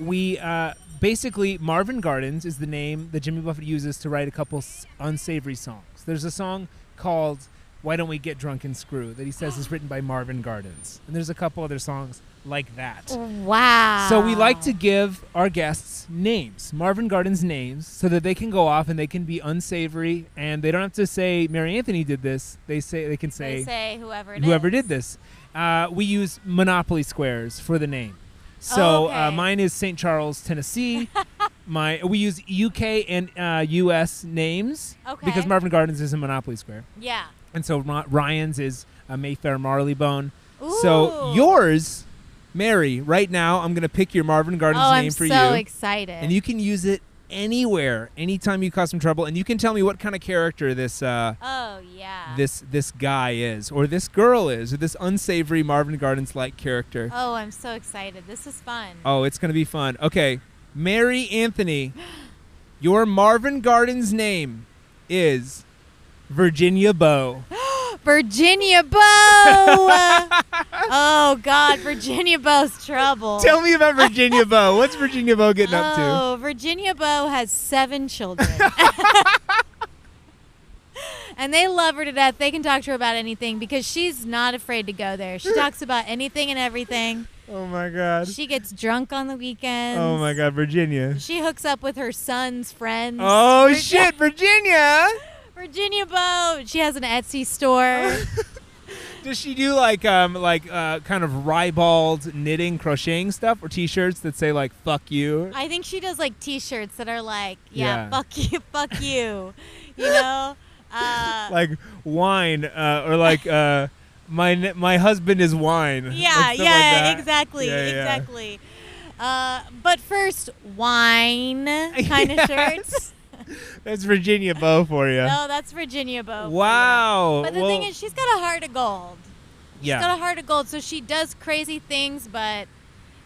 Speaker 1: we uh, basically Marvin Gardens is the name that Jimmy Buffett uses to write a couple s- unsavory songs. There's a song called "Why Don't We Get Drunk and Screw" that he says is written by Marvin Gardens, and there's a couple other songs like that.
Speaker 2: Wow.
Speaker 1: So we like to give our guests names, Marvin Gardens names, so that they can go off and they can be unsavory, and they don't have to say Mary Anthony did this. They say they can
Speaker 2: They say whoever it
Speaker 1: whoever
Speaker 2: is.
Speaker 1: did this. Uh, we use Monopoly squares for the name. So uh,
Speaker 2: Oh, okay.
Speaker 1: mine is St. Charles, Tennessee. My we use UK and uh, US names because
Speaker 2: Okay.
Speaker 1: Marvin Gardens is a Monopoly square,
Speaker 2: Yeah.
Speaker 1: and so Ma- Ryan's is a Mayfair Marleybone. So
Speaker 2: Ooh.
Speaker 1: yours, Mary. Right now, I'm gonna pick your Marvin
Speaker 2: Oh,
Speaker 1: Gardens name
Speaker 2: I'm
Speaker 1: for
Speaker 2: so
Speaker 1: you,
Speaker 2: excited.
Speaker 1: and you can use it anywhere, anytime you cause some trouble, and you can tell me what kind of character this. Uh,
Speaker 2: Oh yeah.
Speaker 1: this this guy is or this girl is or this unsavory Marvin Gardens like character.
Speaker 2: Oh, I'm so excited. This is fun.
Speaker 1: Oh, it's going to be fun. Okay. Mary Anthony, your Marvin Gardens name is Virginia Bow.
Speaker 2: Virginia Bow. oh God, Virginia Bow's trouble.
Speaker 1: Tell me about Virginia Bow. What's Virginia Bow getting up to?
Speaker 2: Oh, Virginia Bow has seven children. and they love her to death. They can talk to her about anything because she's not afraid to go there. She talks about anything and everything.
Speaker 1: Oh my god.
Speaker 2: She gets drunk on the weekends.
Speaker 1: Oh my god, Virginia.
Speaker 2: She hooks up with her son's friends.
Speaker 1: Oh
Speaker 2: Virgi-
Speaker 1: shit, Virginia.
Speaker 2: Virginia Bow. She has an Etsy
Speaker 1: Oh.
Speaker 2: store.
Speaker 1: Does she do like um like uh kind of ribald knitting crocheting stuff or t-shirts that say like fuck you?
Speaker 2: I think she does like T-shirts that are like, yeah,
Speaker 1: Yeah.
Speaker 2: fuck you, fuck you, you know. Uh,
Speaker 1: like wine uh, or like uh, my n- my husband is wine. Like
Speaker 2: yeah,
Speaker 1: stuff like
Speaker 2: yeah,
Speaker 1: that.
Speaker 2: exactly,
Speaker 1: Yeah, yeah.
Speaker 2: exactly. Uh, but first, wine kind of shirts.
Speaker 1: That's Virginia Bow for you.
Speaker 2: No, that's Virginia Bow.
Speaker 1: wow.
Speaker 2: But the
Speaker 1: well,
Speaker 2: thing is, she's got a heart of gold.
Speaker 1: yeah.
Speaker 2: She's got a heart of gold, so she does crazy things, but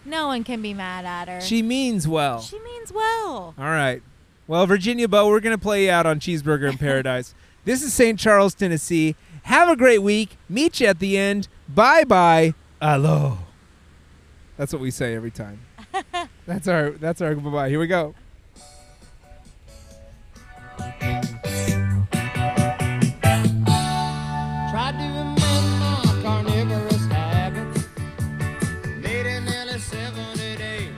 Speaker 2: no one can be mad at her.
Speaker 1: she means well.
Speaker 2: she means well.
Speaker 1: All right. Well, Virginia Bow, we're gonna play you out on Cheeseburger in Paradise. this is St. Charles, Tennessee. Have a great week. Meet you at the end. Bye bye. Hello. That's what we say every time. that's our that's our bye bye. Here we go.
Speaker 4: Tried to amend my carnivorous habits. Made nearly 70 days.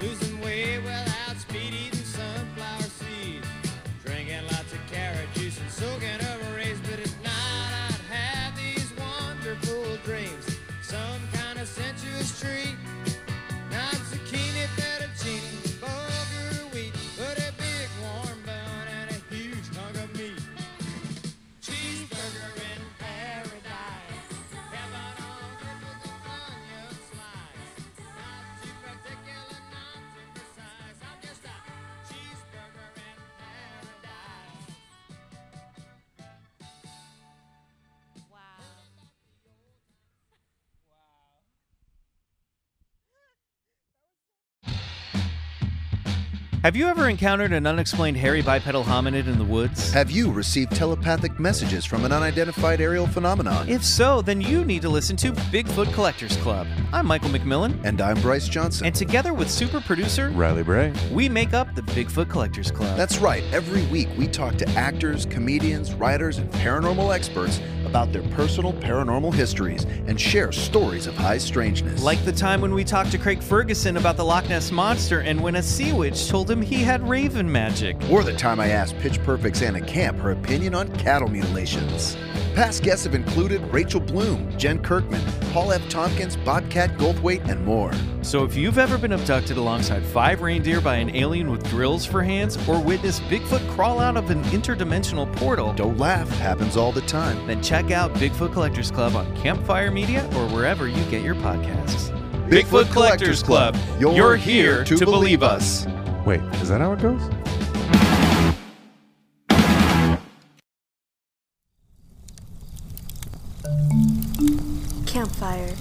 Speaker 4: Losing weight without speed, eating sunflower seeds. Drinking lots of carrot juice and soaking up rays. But at night I'd have these wonderful dreams. Some kind of sensuous treat. Not zucchini, fettuccine, burger wheat. But a big warm bun and a huge hunk of meat. Cheeseburger in paradise. Heaven on earth with an onion slice. Not too particular, not too precise. I'm just a cheeseburger in paradise.
Speaker 2: Wow.
Speaker 5: Have you ever encountered an unexplained hairy bipedal hominid in the woods?
Speaker 6: Have you received telepathic messages from an unidentified aerial phenomenon?
Speaker 5: If so, then you need to listen to Bigfoot Collectors Club. I'm Michael McMillan,
Speaker 6: and I'm Bryce Johnson.
Speaker 5: and together with super producer,
Speaker 6: Riley Bray.
Speaker 5: we make up the Bigfoot Collectors Club.
Speaker 6: That's right. Every week we talk to actors, comedians, writers, and paranormal experts about their personal paranormal histories and share stories of high strangeness.
Speaker 5: like the time when we talked to Craig Ferguson about the Loch Ness Monster and when a sea witch told him he had raven magic.
Speaker 6: or the time I asked Pitch Perfect's Anna Camp her opinion on cattle mutilations. Past guests have included Rachel Bloom, Jen Kirkman, Paul F. Tompkins, Bobcat Goldthwait, and more.
Speaker 5: So if you've ever been abducted alongside five reindeer by an alien with drills for hands or witnessed Bigfoot crawl out of an interdimensional portal,
Speaker 6: Don't laugh, happens all the time.
Speaker 5: then check out Bigfoot Collectors Club on Campfire Media or wherever you get your podcasts.
Speaker 6: Bigfoot Collectors Club. You're here to believe
Speaker 5: us.
Speaker 7: Wait, is that how it goes?
Speaker 2: Campfire.